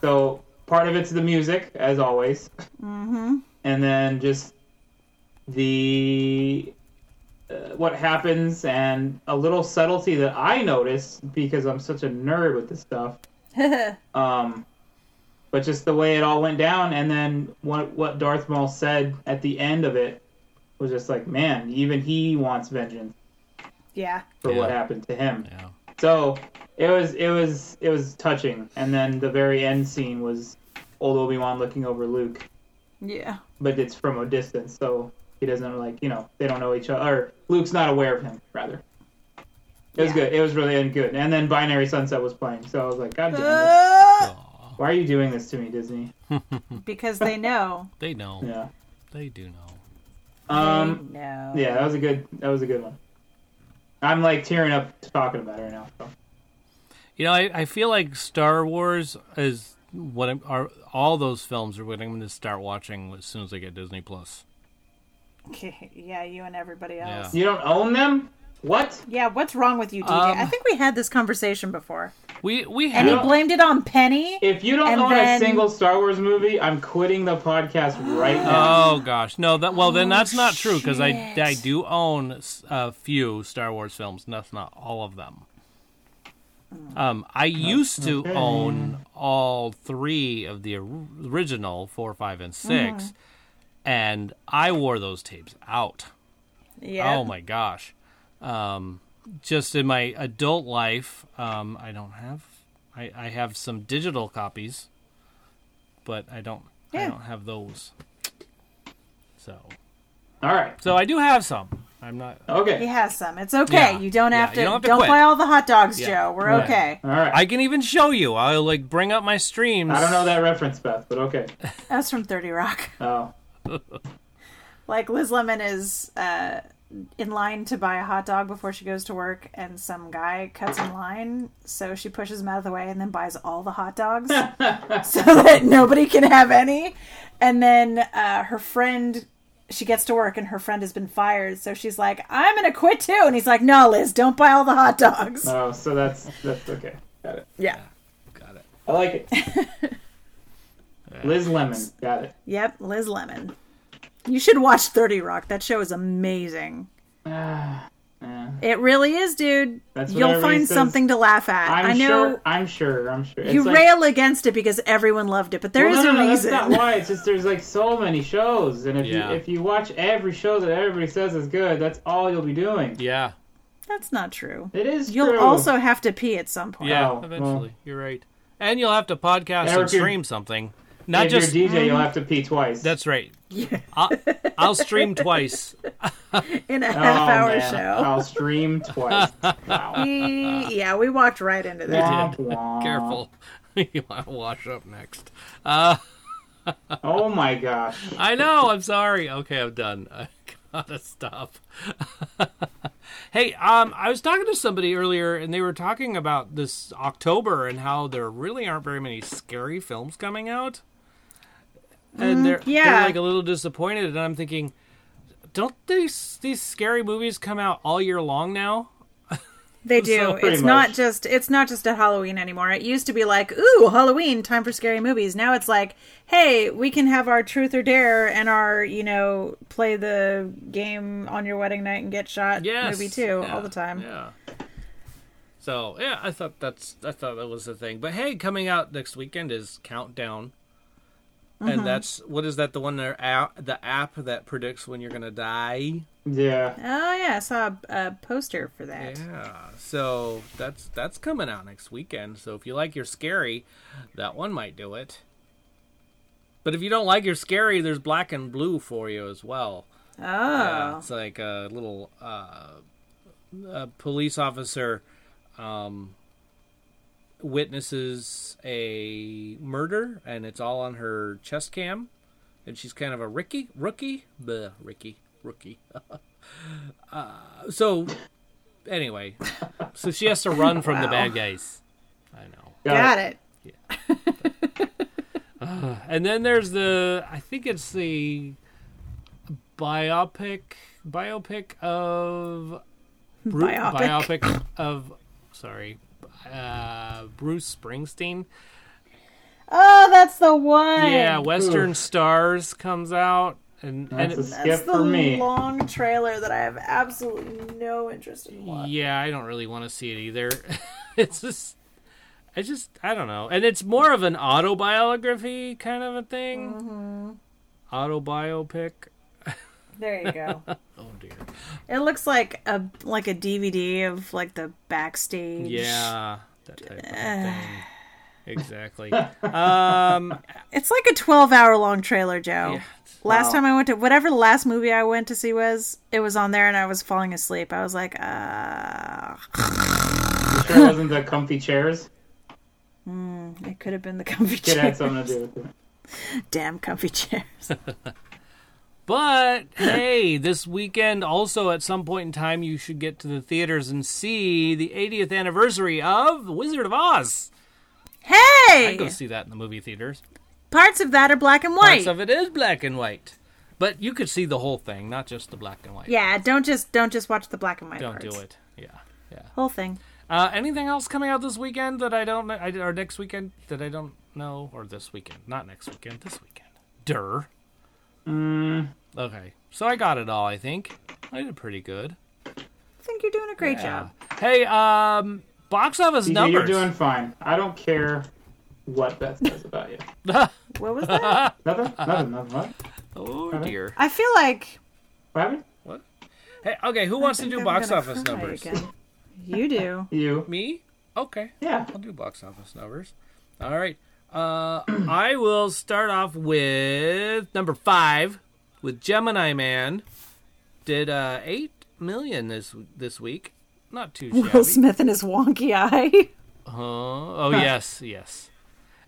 B: so part of it's the music as always mm-hmm. and then just the uh, what happens and a little subtlety that i notice because i'm such a nerd with this stuff um, but just the way it all went down, and then what what Darth Maul said at the end of it was just like, man, even he wants vengeance
D: Yeah.
B: for
C: Yeah.
B: what happened to him.
C: Yeah.
B: So it was it was it was touching, and then the very end scene was old Obi Wan looking over Luke,
D: Yeah.
B: but it's from a distance, so he doesn't like you know they don't know each other. Or Luke's not aware of him, rather. It was good. It was really good. And then Binary Sunset was playing, so I was like, God damn it!
D: Uh,
B: Why are you doing this to me, Disney?
D: because they know.
C: They know.
B: Yeah.
C: They do know.
B: Um.
D: they know.
B: Yeah, that was a good. That was a good one. I'm like tearing up talking about it right now. So.
C: You know, I, I feel like Star Wars is what I'm, are all those films are what I'm going to start watching as soon as I get Disney Plus.
D: yeah, you and everybody else. Yeah.
B: You don't own them? What?
D: what's wrong with you, DJ?
C: Um,
D: I think we had this conversation before.
C: We we
D: And he
C: have
D: blamed it on Penny.
C: Oh
B: If you don't
D: And
B: own
D: then-
B: a single Star Wars movie, I'm quitting the podcast right now.
C: Oh gosh, no. That well, then that's not true because I
D: shit.
C: I do own s- a few Star Wars films. and That's not all of them. Um, I used to own all three of the or- original four, five, and 6 and I wore those tapes out.
D: yeah.
C: Oh my gosh. Um, just in my adult life, um, I don't have. I, I have some digital copies, but I don't. I
D: Yeah.
C: don't have those. So, Oh.
B: All right.
C: so I do have some. I'm not.
D: He
B: Okay.
D: has some. It's okay.
C: Yeah.
D: You don't have
C: Yeah,
D: to.
C: you don't
D: don't
C: have to quit.
D: buy all the hot dogs,
C: Yeah.
D: Joe. We're
C: Right.
D: okay.
B: All right.
C: I can even show you. I'll like bring up my streams.
B: I don't know that reference, Beth, but okay.
D: That's from Thirty Rock.
B: Oh,
D: Like Liz Lemon is uh, in line to buy a hot dog before she goes to work, and some guy cuts in line, so she pushes him out of the way and then buys all the hot dogs so that nobody can have any. And then uh, her friend. She gets to work and her friend has been fired, so she's like, "I'm gonna quit too." And he's like, "No, Liz, don't buy all the hot dogs."
B: oh, so that's that's okay. Got it.
D: Yeah.
B: I like it. Liz Lemon. Got it.
D: Yep, Liz Lemon. You should watch 30 Rock. That show is amazing.
B: Yeah.
D: It really is, dude.
B: That's what
D: You'll
B: everybody
D: find
B: says.
D: something to laugh at.
B: I'm
D: i know
B: sure. I'm sure. I'm sure. It's
D: you
B: like-
D: rail against it because everyone loved it, but there
B: Well,
D: is
B: no, no, no,
D: a
B: that's
D: reason.
B: not why. It's just there's like so many shows, and if
C: Yeah.
B: you if you watch every show that everybody says is good, that's all you'll be doing.
C: Yeah,
D: That's not true.
B: It is
D: You'll
B: true.
D: also have to pee at some point.
C: yeah.
B: Oh, well.
C: eventually, you're right. And you'll have to podcast
B: Eric,
C: and
B: you're-
C: stream something. Not
B: if
C: just. Mm-hmm.
B: you're DJ, you'll have to pee twice.
C: That's right. I'll, I'll stream twice.
D: In a
B: Oh,
D: half hour
B: man. Oh.
D: show.
B: I'll stream twice. Wow.
D: We, yeah, we walked right into that.
B: Womp womp.
C: Careful. you want to wash up next.
B: Oh my gosh.
C: I know. I'm sorry. Okay, I'm done. I gotta stop. hey, um, I was talking to somebody earlier, and they were talking about this October and how there really aren't very many scary films coming out, and they're they're
D: yeah.
C: like a little disappointed. And I'm thinking, don't these these scary movies come out all year long now?
D: They do.
C: So
B: pretty
D: it's not
B: much.
D: just it's not just a Halloween anymore. It used to be like, ooh, Halloween, time for scary movies. Now it's like, hey, we can have our truth or dare and our, you know, play the game on your wedding night and get shot
C: Yes,
D: movie too
C: Yeah,
D: all the time.
C: Yeah. So yeah, I thought that's I thought that was the thing. But hey, coming out next weekend is Countdown,
D: Mm-hmm.
C: and that's what is that the one there app the app that predicts when you're gonna die.
B: Yeah.
D: Oh yeah, I saw a, a poster for that.
C: Yeah. So that's that's coming out next weekend. So if you like your scary, that one might do it. But if you don't like your scary, there's black and blue for you as well. Yeah,
D: Oh.
C: it's like a little uh, a police officer um, witnesses a murder, and it's all on her chest cam, and she's kind of a Ricky rookie, the Ricky rookie. uh, so anyway, so she has to run from the bad guys. I know.
D: Got it.
C: And then there's the I think it's the biopic biopic of Bru-
D: Biopic.
C: biopic of sorry uh, Bruce Springsteen.
D: Oh, that's the one.
C: Yeah, Western Stars comes out and and
B: That's a
C: it-
B: skip
D: That's the
B: for me.
D: long trailer that I have absolutely no interest in watching.
C: yeah, I don't really want to see it either. it's just I just I don't know, and it's more of an
B: Mm-hmm.
C: autobiography kind of a thing, autobiopic.
D: There you go.
C: Oh dear.
D: it looks like a like a DVD of like the backstage.
C: Yeah, that type of thing. Exactly. Um,
D: It's like a 12 hour long trailer, Joe. Last time I went to whatever the last movie I went to see was, it was on there and I was falling asleep. I was like, uh,
B: Sure wasn't the comfy chairs.
D: it could have been the comfy
B: Kid had
D: chairs.
B: something to do with it.
D: Damn comfy chairs.
C: But hey, this weekend also at some point in time you should get to the theaters and see the 80th anniversary of The Wizard of Oz. I go
D: Hey!
C: see that in the movie theaters.
D: Parts of that are black and white.
C: Parts of it is black and white, but you could see the whole thing, not just the black and white.
D: yeah, don't just don't just watch the black and white
C: Don't
D: parts.
C: do it. Yeah, yeah.
D: Whole thing.
C: Uh, anything else coming out this weekend that I don't know, I, or next weekend that I don't know, or this weekend? Not next weekend, this weekend. Durr.
B: Mm.
C: Okay, so I got it all. I think I did pretty good.
D: I think you're doing a great job.
C: Hey, um, box office
B: DJ,
C: numbers.
B: you're doing fine. I don't care what Beth says about you.
D: What was that?
B: Nothing?
C: Uh-huh.
B: Nothing? Nothing? What?
C: oh dear.
D: I feel like
B: What happened?
C: Hey, okay, who wants to do
D: I'm
C: box
D: gonna
C: office
D: cry
C: numbers?
D: again. You do.
B: You?
C: Me? Okay,
B: Yeah.
C: I'll do box office numbers. All right. Uh, I will start off with number five, with Gemini Man. Did uh, eight million this this week. Not too shabby.
D: Will Smith and his wonky eye.
C: Huh? oh yes, yes.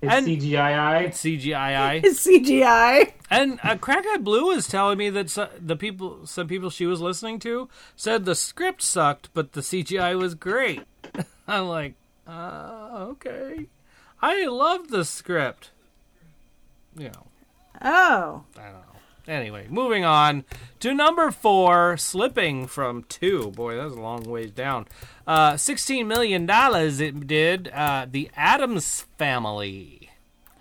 B: It's
C: And-
B: CGI.
C: CGI.
D: His CGI.
C: And uh, Crack Eyed Blue is telling me that so, the people, some people she was listening to, said the script sucked, but the CGI was great. I'm like, uh, okay. I love the script. You know,
D: Oh.
C: I don't know. Anyway, moving on to number four, slipping from two. Boy, that's a long ways down. Uh, Sixteen million dollars it did. Uh, the Adams Family.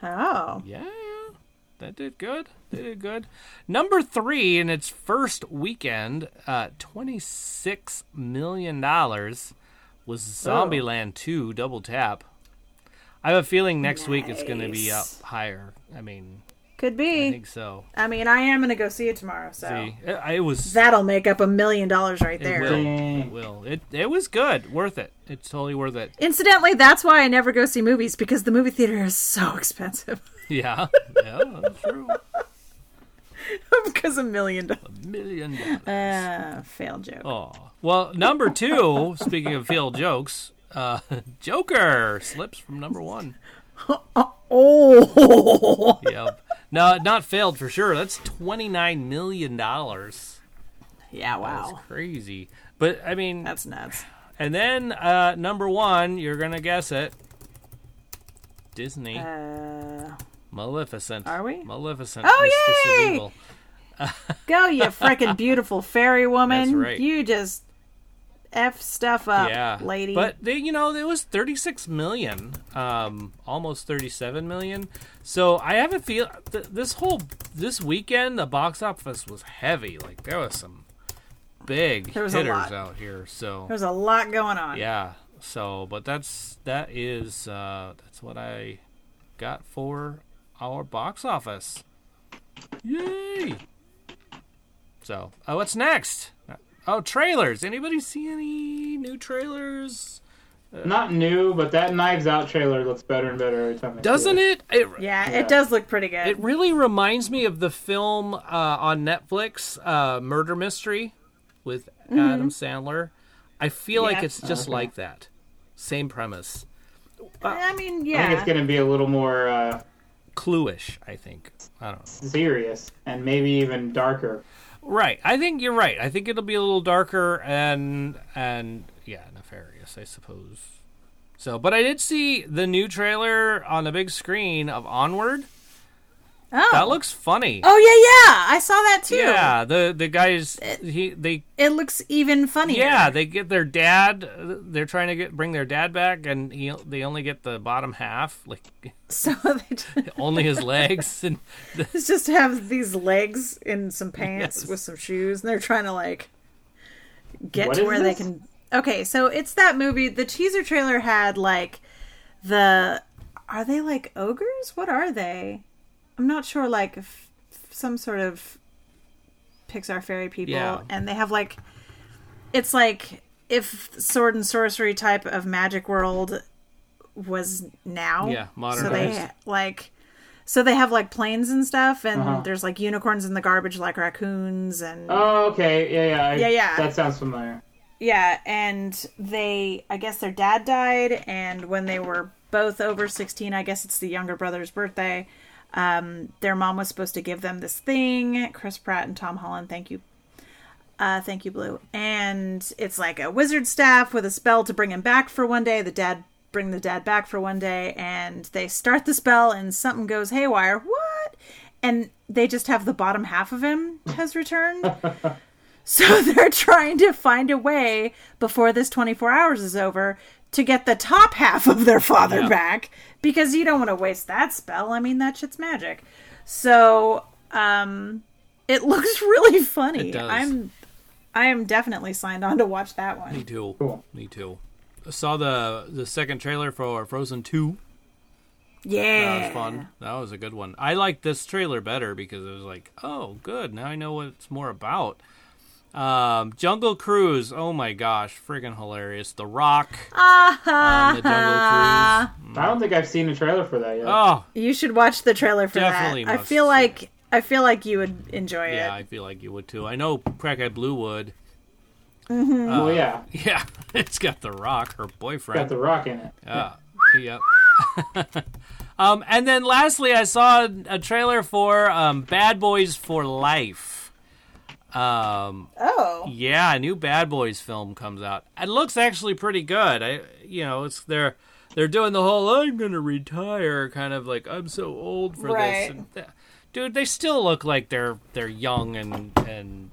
D: Oh.
C: Yeah, yeah. That did good. They did good. Number three in its first weekend, uh, $26 million was Zombieland 2 Double Tap. I have a feeling next week it's going to be up
D: Nice.
C: higher. I mean,
D: Could
C: I
D: be.
C: think so.
D: I mean, I am gonna go see it tomorrow, so
C: See, it, it was.
D: that'll make up a million dollars right
C: It
D: there.
C: will. It
B: Dang.
C: will. It, it was good. Worth it. It's totally worth it.
D: Incidentally, that's why I never go see movies because the movie theater is so expensive.
C: Yeah. Yeah, that's true.
D: because a million dollars.
C: Million dollars.
D: Uh, fail joke.
C: Oh well, number two. speaking of field jokes, uh, Joker slips from number one.
D: Oh.
C: Yep. No, not failed for sure. That's twenty nine million dollars.
D: Yeah.
C: That's
D: Wow.
C: crazy. But I mean,
D: That's nuts.
C: and then uh, number one, you're gonna guess it. Disney
D: Uh,
C: Maleficent.
D: are we?
C: Maleficent.
D: Oh,
C: Mistress of
D: yay!
C: Evil.
D: go, you freaking beautiful fairy woman.
C: That's right.
D: You just f stuff up,
C: yeah
D: lady.
C: but they you know it was 36 million um almost 37 million so i have a feel th- this whole this weekend the box office was heavy like there was some big
D: There was a
C: hitters
D: lot.
C: out here so
D: there's a lot going on.
C: yeah so but that's that is uh that's what i got for our box office yay so oh what's next oh trailers anybody see any new trailers
B: Not new, but that Knives Out trailer looks better and better every time. I see
C: Doesn't it? It,
D: Yeah, it does look pretty good.
C: it really reminds me of the film uh, on Netflix, uh, Murder Mystery, with Adam Sandler. I feel like
D: Yeah.
C: it's just like that. Same premise.
D: I mean,
B: I think
D: yeah.
B: it's going to be a little more uh,
C: Cluish, I think. I don't know.
B: serious and maybe even darker.
C: Right. I think you're right. I think it'll be a little darker and and yeah, nefarious, I suppose. So, but I did see the new trailer on the big screen of Onward.
D: Oh.
C: That looks funny.
D: oh yeah, yeah. I saw that too.
C: yeah, the the guys
D: Uh,
C: he they
D: It looks even funnier.
C: Yeah, they get their dad. They're trying to get bring their dad back, and he, they only get the bottom half, like
D: So they just,
C: only his legs. And
D: it's just have these legs in some pants with some shoes, and they're trying to like get
B: What
D: to
B: is
D: where
B: this?
D: they can. Okay, so it's that movie. The teaser trailer had like the are they like ogres? What are they? I'm not sure. Like f- some sort of Pixar fairy people,
C: Yeah.
D: and they have like, it's like if sword and sorcery type of magic world was now.
C: Yeah,
D: So they
C: modernized.
D: like, so they have like planes and stuff, and there's like unicorns in the garbage, like raccoons, and
B: Oh, okay. Yeah, yeah. I-
D: Yeah, yeah.
B: That sounds familiar.
D: Yeah, and they, I guess their dad died, and when they were both over 16, I guess it's the younger brother's birthday, um, their mom was supposed to give them this thing. Chris Pratt and Tom Holland, thank you. Uh, thank you, Blue. And it's like a wizard staff with a spell to bring him back for one day. The dad bring the dad back for one day, and they start the spell, and something goes haywire. What? And they just have the bottom half of him has returned. So they're trying to find a way before this 24 hours is over to get the top half of their father back because you don't want to waste that spell. I mean, that shit's magic. So, um it looks really funny.
C: It does.
D: I'm I am definitely signed on to watch that
C: Me
D: one.
C: too. Me too. I saw the the second trailer for Frozen Two. That
D: Yeah.
C: was fun. That was a good one. I liked this trailer better because it was like, oh, good. Now I know what it's more about. Um, Jungle Cruise. Oh my gosh, freaking hilarious. The Rock on the Jungle Cruise.
B: I don't think I've seen a trailer for that yet.
C: Oh
D: You should watch the trailer for
C: Definitely
D: that. I
C: must
D: feel
C: see
D: like I feel like you would enjoy
C: yeah,
D: it.
C: I feel like you would too. I know Crackhead Blue would.
B: well, yeah.
C: Yeah, it's got The Rock, her
B: Got
C: boyfriend.
B: the rock in it.
C: yep. um, and then lastly, I saw a trailer for um, Bad Boys for Life. Um,
D: Oh.
C: yeah, a new Bad Boys film comes out. It looks actually pretty good. I, you know, it's they're they're doing the whole "I'm gonna retire" kind of like I'm so old for
D: Right.
C: this. And th- dude, they still look like they're they're young and and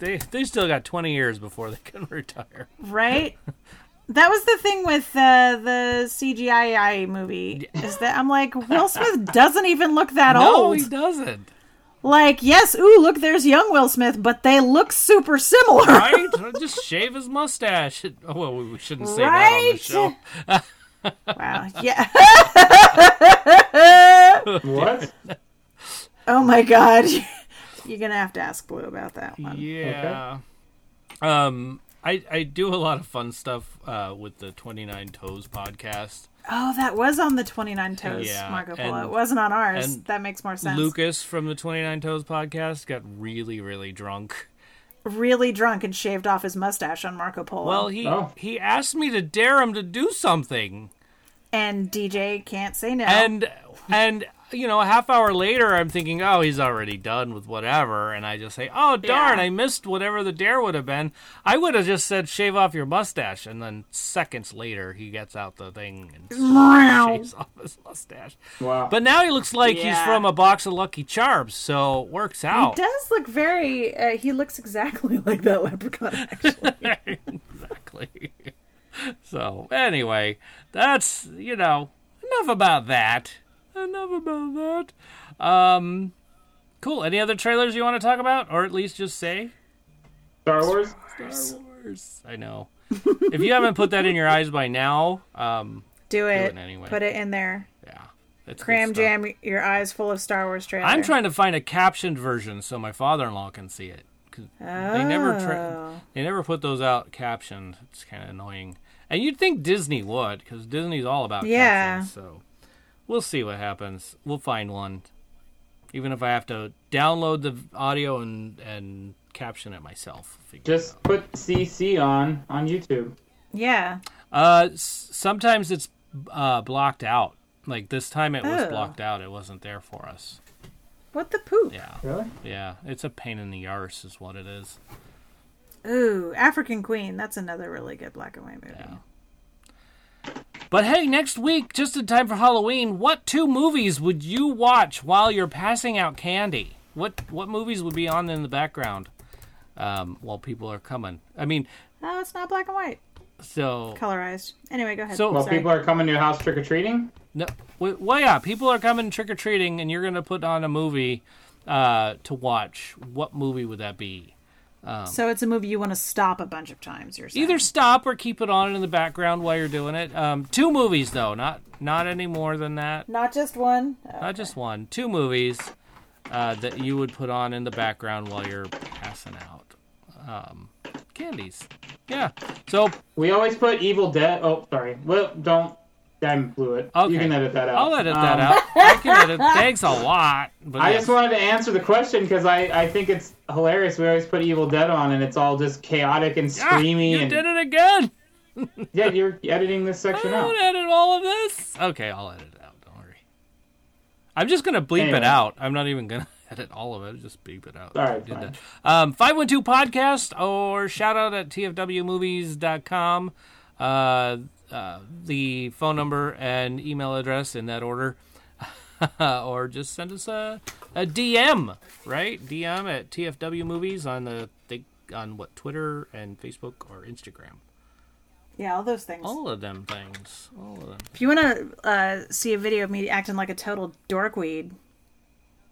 C: they they still got 20 years before they can retire.
D: Right? That was the thing with uh, the CGI movie is that I'm like Will Smith doesn't even look that
C: No,
D: old.
C: he doesn't.
D: Like, yes, ooh, look, there's young Will Smith, but they look super similar.
C: right? Just shave his mustache. Oh, well, we shouldn't say that on the
D: Right?
C: show.
D: Wow. Yeah.
B: What?
D: oh my god. You're gonna have to ask Blue about that one.
C: Yeah. Um, I I do a lot of fun stuff uh, with the Twenty Nine Toes podcast.
D: Oh, that was on the 29 Toes
C: Yeah,
D: Marco Polo.
C: and-
D: it wasn't on ours.
C: and
D: That makes more sense.
C: Lucas from the Twenty Nine Toes podcast got really really drunk.
D: Really drunk and shaved off his mustache on Marco Polo.
C: Well, he
B: Oh.
C: he asked me to dare him to do something,
D: and DJ can't say
B: Oh.
D: no.
C: and and you know a half hour later I'm thinking, oh, he's already done with whatever, and I just say, oh darn,
D: Yeah.
C: I missed whatever the dare would have been. I would have just said shave off your mustache, and then seconds later he gets out the thing and
D: Meow.
C: shaves off his mustache.
B: Wow.
C: But now he looks like he's
D: Yeah.
C: from a box of Lucky Charms, so works
D: He
C: out.
D: does look very. Uh, he looks exactly like that leprechaun. Actually,
C: exactly. so anyway, that's you know enough about that. Enough about that. Um, cool. Any other trailers you want to talk about, or at least just say?
B: Star Wars?
C: Star Wars. I know. if you haven't put that in your eyes by now, um,
D: do it.
C: it anyway.
D: Put it in there.
C: yeah, it's good
D: Cram
C: stuff.
D: jam your eyes full of Star Wars trailer.
C: I'm trying to find a captioned version so my father-in-law can see it. 'Cause They never
D: Oh.
C: tra- they never put those out captioned. It's kind of annoying. And you'd think Disney would because Disney's all about
D: Yeah.
C: captions. So we'll see what happens. We'll find one, even if I have to download the audio and and caption it myself. Figure it
B: Just put CC on on YouTube.
D: Yeah.
C: Uh, s- sometimes it's uh, blocked out. Like this time, it was
D: Oh.
C: blocked out. It wasn't there for us.
D: What the poop?
C: Yeah,
B: Really?
C: yeah. It's a pain in the arse, is what it is.
D: Ooh, African Queen. That's another really good black and white movie.
C: But hey, next week, just in time for Halloween, what two movies would you watch while you're passing out candy? What what movies would be on in the background um, while people are coming? I mean,
D: No, Oh, it's not black and white.
C: so
D: Colorized. Anyway, go ahead.
C: So-
B: Well,
D: Sorry.
B: people are coming to your house trick or treating.
C: no, w- well, yeah, people are coming trick or treating, and you're gonna put on a movie uh, to watch. What movie would that be?
D: so it's a movie you want to stop a bunch of times. You're saying.
C: Either stop or keep it on in the background while you're doing it. Um, two movies though, not not any more than that.
D: not just one.
C: Not just one, two movies uh, that you would put on in the background while you're um, candies. Yeah. So
B: We always put Evil Dead. Oh, sorry. Well, don't. I blew it.
C: Okay.
B: You can edit that out.
C: I'll edit
B: Um,
C: that out. I can edit. Thanks a lot. But
B: I
C: yes.
B: just wanted to answer the question because I, I think it's hilarious. We always put Evil Dead on, and it's all just chaotic and
C: Ah,
B: screamy.
C: you
B: and
C: did it again.
B: yeah, you're editing this section
C: I
B: out.
C: don't edit all of this. Okay, I'll edit it out. Don't worry. I'm just gonna bleep
B: Anyway.
C: it out. I'm not even gonna edit all of it. Just bleep it out.
B: All right,
C: Did
B: fine.
C: that. Um, 512 podcast or shout out at tfwmovies.com. Uh, uh, the phone number and email address in that order. or just send us a, a DM, right? DM at TFW Movies on the they, on what Twitter and Facebook or Instagram.
D: Yeah, all those things.
C: All of them things. All of them.
D: If you want to uh, see a video of me acting like a total dorkweed,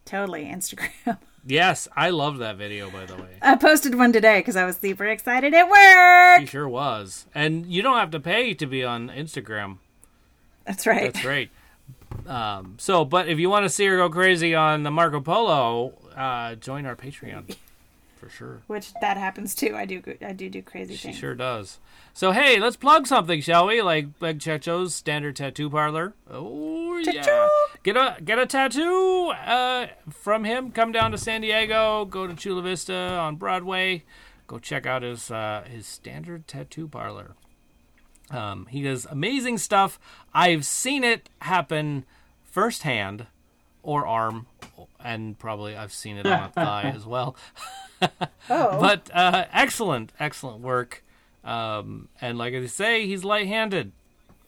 D: totally Instagram.
C: Yes, I love that video by the way.
D: I posted one today because I was super excited at work.
C: He sure was. And you don't have to pay to be on Instagram.
D: That's right.
C: That's right. Um, so, but if you want to see her go crazy on the Marco Polo, uh, join our Patreon for sure.
D: Which that happens too. I do. I do do crazy
C: She
D: things.
C: sure does. So, hey, let's plug something, shall we? Like like Checho's Standard Tattoo Parlor. Oh yeah, get a get a tattoo uh, from him. Come down to San Diego. Go to Chula Vista on Broadway. Go check out his uh, his Standard Tattoo Parlor. Um, he does amazing stuff. I've seen it happen firsthand, or arm, and probably I've seen it on a thigh as well but uh, excellent, excellent work. Um, and like I say, he's light-handed.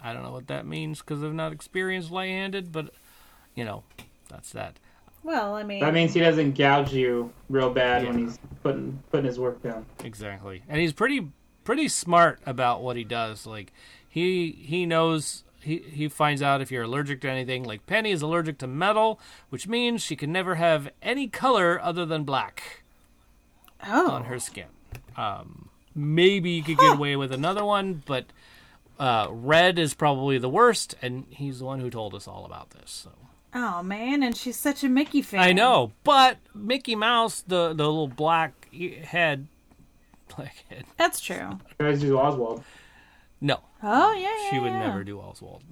C: I don't know what that means because I've not experienced light-handed, but you know, that's that.
D: Well, I mean,
B: That means he doesn't gouge you real bad when he's putting putting his work down.
C: Exactly. And he's pretty pretty smart about what he does. Like he he knows he, he finds out if you're allergic to anything. Like Penny is allergic to metal, which means she can never have any color other than black on
D: oh,
C: her skin. Um, maybe you could get away with another one, but uh, red is probably the worst, and he's the one who told us all about this. So.
D: oh man, and she's such a Mickey fan.
C: I know, but Mickey Mouse, the the little black e- head, black head.
D: That's true.
B: You guys do Oswald.
C: No,
D: Oh yeah,
C: she
D: yeah,
C: would
D: yeah.
C: never do Oswald.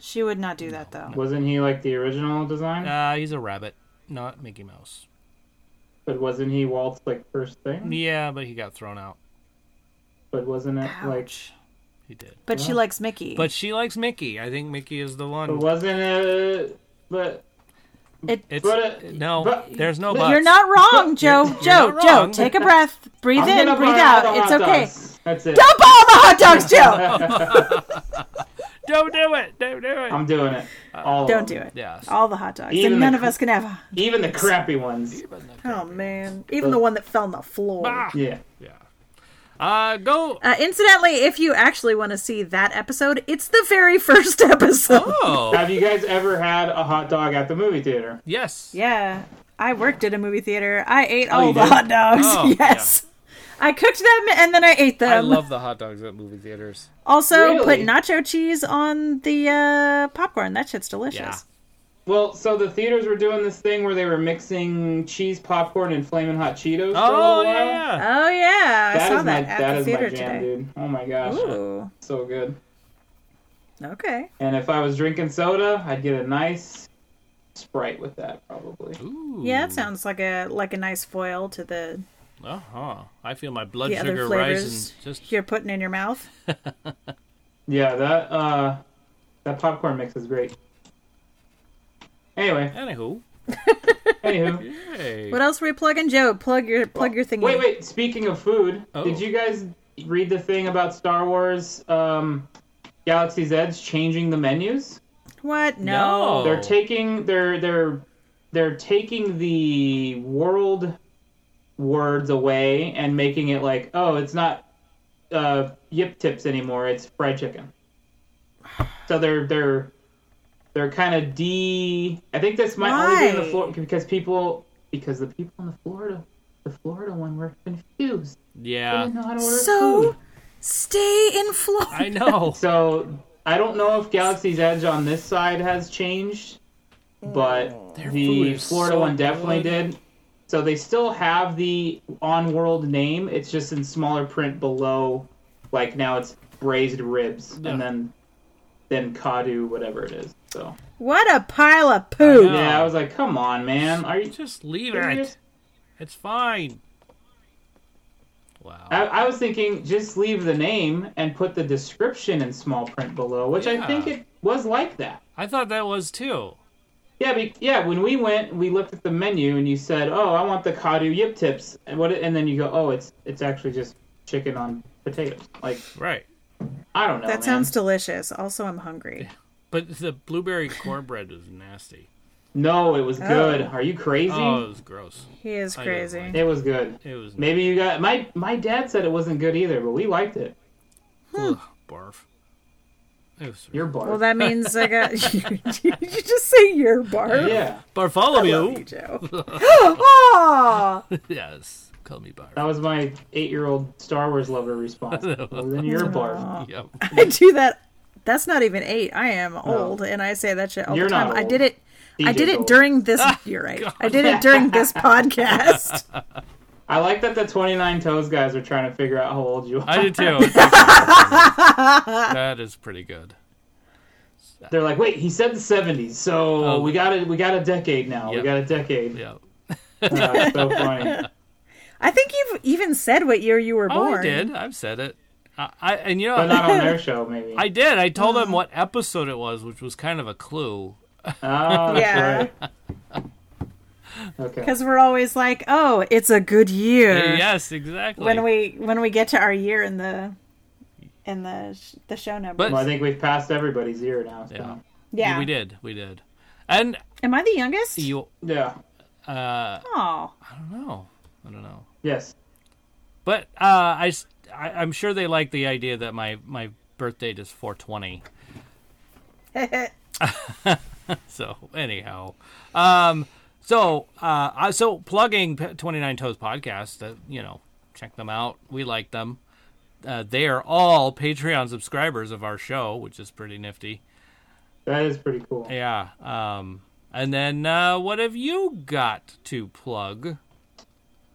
D: She would not do that though.
B: Wasn't he like the original design?
C: Uh, he's a rabbit, not Mickey Mouse.
B: But wasn't he Walt's like first thing?
C: Yeah, but he got thrown out.
B: But wasn't it like?
D: Ouch.
C: He did.
D: But she likes Mickey.
C: But she likes Mickey. I think Mickey is the
B: But
C: one.
B: wasn't it? But
D: it,
C: It's
B: But, uh,
C: no.
B: but-
C: there's no.
B: but
C: buts.
D: you're not wrong, Joe. Joe,
C: not
D: Joe,
C: wrong.
D: take a breath, breathe
B: I'm
D: in,
B: gonna
D: breathe
B: buy all
D: out.
B: the
D: It's
B: hot
D: okay.
B: dogs. That's it.
D: Dump all the hot dogs, Joe.
C: Don't do it. Don't do it.
B: I'm doing it.
C: Uh,
B: All of
D: Don't
B: them.
D: do it.
C: yes.
D: All the hot dogs,
B: Even
D: and none
B: the
D: of us can have.
B: Even the crappy ones.
D: Oh man, even the one that fell on the floor.
B: Yeah.
C: Uh, go.
D: Uh, incidentally, if you actually want to see that episode, it's the very first episode.
C: Oh,
B: Have you guys ever had a hot dog at the movie theater?
C: yes.
D: Yeah, I worked at a movie theater. I ate all
B: you
D: the
B: did?
D: hot dogs.
C: Oh,
D: yes. I cooked them and then I ate them.
C: I love the hot dogs at movie theaters.
D: also,
B: Really?
D: put nacho cheese on the uh, popcorn. That shit's delicious.
C: Yeah.
B: Well, so the theaters were doing this thing where they were mixing cheese popcorn and flaming hot Cheetos. for a
C: Oh
B: little while.
C: yeah.
D: Oh yeah, I
B: That
D: saw
B: is
D: that
B: my
D: at
B: that
D: the
B: is
D: theater
B: my jam,
D: today.
B: dude. Oh my gosh,
D: Ooh.
B: so good.
D: Okay.
B: And if I was drinking soda, I'd get a nice Sprite with that probably.
D: Yeah, that sounds like a like a nice foil to the
C: Uh huh. I feel my blood
D: the
C: sugar
D: other
C: rising.
D: flavors
C: Just
D: you're putting in your mouth.
B: Yeah, that uh, that popcorn mix is great. Anyway,
C: anywho.
B: anywho,
C: Hey.
D: What else were you plugging, Joe? Plug your plug your thingy.
B: wait, wait. Speaking of food,
C: Oh.
B: did you guys read the thing about Star Wars um, Galaxy's Edge changing the menus?
D: What? No.
C: Oh.
B: They're taking they're they're they're taking the world words away and making it like, oh, it's not uh, yip tips anymore. It's fried chicken. So they're they're they're kind of de. I think this might only be in
D: Why?
B: the Florida because people because the people in the Florida the Florida one were confused. They
C: yeah.
B: didn't know how to order food.
D: So stay in Florida.
C: I know.
B: So I don't know if Galaxy's Edge on this side has changed, but
C: food
B: the
C: is
B: Florida
C: so
B: one definitely
C: good.
B: did. So they still have the on world name. It's just in smaller print below. Like now it's braised ribs and then then kadu whatever it is. So
D: What a pile of poo.
C: know.
B: yeah, I was like, come on, man. Are you?
C: Just leave
B: serious?
C: it. It's fine. Wow.
B: I, I was thinking just leave the name and put the description in small print below, which I think
C: Yeah.
B: it was like that.
C: I thought that was too.
B: Yeah, be, yeah. When we went, we looked at the menu, and you said, "Oh, I want the kadu yip tips," and what? And then you go, "Oh, it's it's actually just chicken on potatoes." Like
C: Right.
B: I don't know.
D: That
B: man.
D: sounds delicious. Also, I'm hungry.
C: But the blueberry cornbread was nasty.
B: no. It was good. Are you crazy?
C: Oh, it was gross.
D: He is
C: didn't
D: crazy.
C: like
B: It was good.
C: It was
B: Maybe you got my my dad said it wasn't good either, but we liked it.
C: ugh, barf. It was
B: Your bar.
D: Well, that means I got. Did you just say your barf?
B: yeah,
D: Love you,
C: Bartholomew.
D: Joe. oh,
C: Yes, call me barf.
B: that was my eight year old Star Wars lover response. well, then your bar.
C: Yep.
D: I do that. That's not even eight. I am old, and I say that shit all
B: You're
D: the time.
B: not
D: I
B: old.
D: did it. I
B: DJ's
D: did it
B: old.
D: during this. You're right. I did it during this podcast.
B: I like that the twenty nine toes guys are trying to figure out how old you are.
C: I did too. that is pretty good.
B: They're like, wait, he said the seventies, so
C: Oh.
B: we got it. We got a decade now.
C: Yep.
B: We got a decade.
C: Yep.
B: Oh, it's so funny.
D: I think you've even said what year you were
C: Oh,
D: born.
C: I did. I've said it. I, I Uh-huh. and you know
B: But not on their show, maybe.
C: I did. I told them what episode it was, which was kind of a clue.
B: Oh,
D: Yeah,
B: okay.
D: because we're always like, "Oh, it's a good year."
C: Yes, exactly.
D: When we when we get to our year in the in the sh- the show number.
C: But-
B: Well, I think we've passed everybody's ear now. So.
C: Yeah.
B: Yeah.
D: yeah,
C: we did. We did. And
D: Am I the youngest?
C: you
D: Oh,
C: no, I don't know.
B: Yes.
C: But uh, I, s- I am sure they like the idea that my my birth date is 420. So anyhow, um, so uh, I- so plugging P- 29 Toes podcast. Uh, you know, check them out. We like them. Uh, they are all Patreon subscribers of our show, which is pretty nifty.
B: That is pretty cool.
C: Yeah. Um, and then uh, what have you got to plug?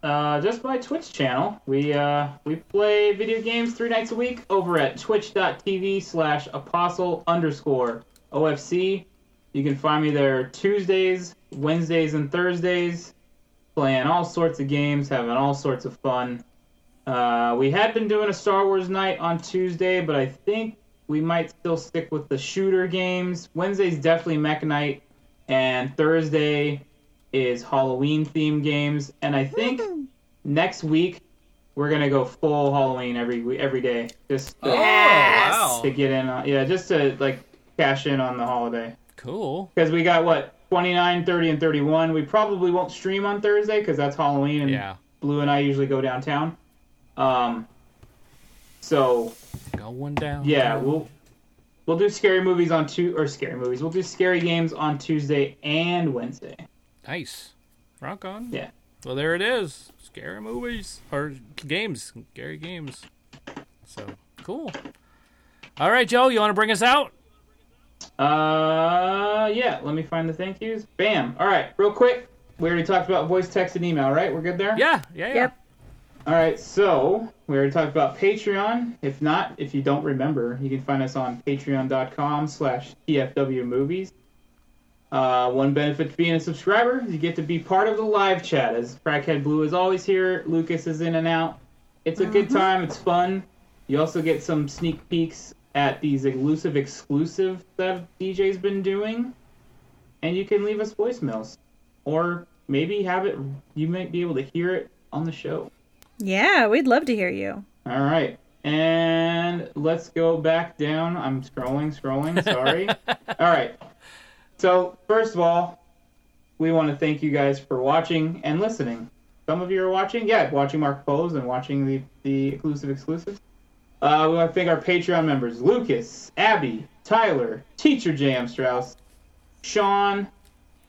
B: Uh, just my Twitch channel. We uh, we play video games three nights a week over at twitch.tv slash apostle underscore OFC. You can find me there Tuesdays, Wednesdays, and Thursdays, playing all sorts of games, having all sorts of fun. Uh, we had been doing a Star Wars night on Tuesday, but I think we might still stick with the shooter games. Wednesday's definitely Mech Night, and Thursday is Halloween themed games, and I think next week we're gonna go full Halloween every we- every day, just to,
C: Oh,
B: to get in. On, yeah, just to like cash in on the holiday
C: Cool.
B: because we got what 29, 30, and 31. We probably won't stream on Thursday because that's Halloween, and
C: Yeah.
B: Blue and I usually go downtown. Um, so
C: Going down.
B: yeah, we'll we'll do scary movies on two or scary movies. We'll do scary games on Tuesday and Wednesday.
C: Nice. Rock on.
B: Yeah.
C: Well, there it is. Scary movies or games. Scary games. So cool. All right, Joe, you want to bring us out?
B: Uh, yeah. Let me find the thank yous. Bam. All right, real quick. We already talked about voice, text, and email, right? We're good there.
C: Yeah. Yeah. yeah.
D: Yep.
B: All right. So we already talked about Patreon. If not, if you don't remember, you can find us on Patreon.com/slash TFW Movies. Uh, one benefit to being a subscriber is you get to be part of the live chat. As Crackhead Blue is always here, Lucas is in and out. It's a good time. It's fun. You also get some sneak peeks at these elusive exclusive that DJ's been doing, and you can leave us voicemails, or maybe have it. You might be able to hear it on the show.
D: yeah, we'd love to hear you.
B: All right. And let's go back down. I'm scrolling, scrolling. Sorry. all right. So, first of all, we want to thank you guys for watching and listening. Some of you are watching, yeah, watching Mark Poles and watching the, the exclusive exclusives. Uh, we want to thank our Patreon members Lucas, Abby, Tyler, Teacher Jam Strauss, Sean,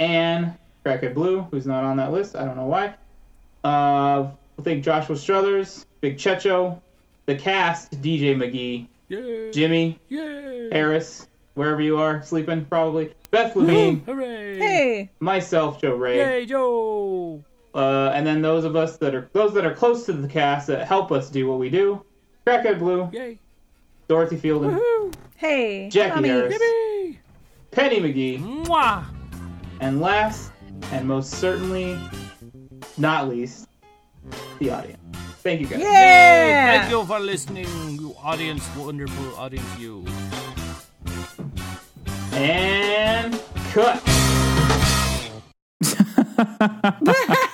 B: and Crackhead Blue, who's not on that list. I don't know why. Uh, we'll thank Joshua Struthers, Big Checho, the cast, DJ McGee,
C: Yay.
B: Jimmy,
C: Yay.
B: Harris, wherever you are, sleeping probably, Beth Levine,
C: Hooray.
D: Hey,
B: myself, Joe Ray,
C: Yay, Joe.
B: uh, uh, and then those of us that are those that are close to the cast that help us do what we do: Crackhead Blue,
C: Yay.
B: Dorothy Fielding,
D: Hey,
B: Jackie
D: mommy.
B: Harris, Penny McGee,
C: Mwah.
B: and last and most certainly not least, the audience. Thank you guys.
D: Yeah.
C: Thank you for listening, you audience, wonderful audience, you.
B: And cut.
H: Woo!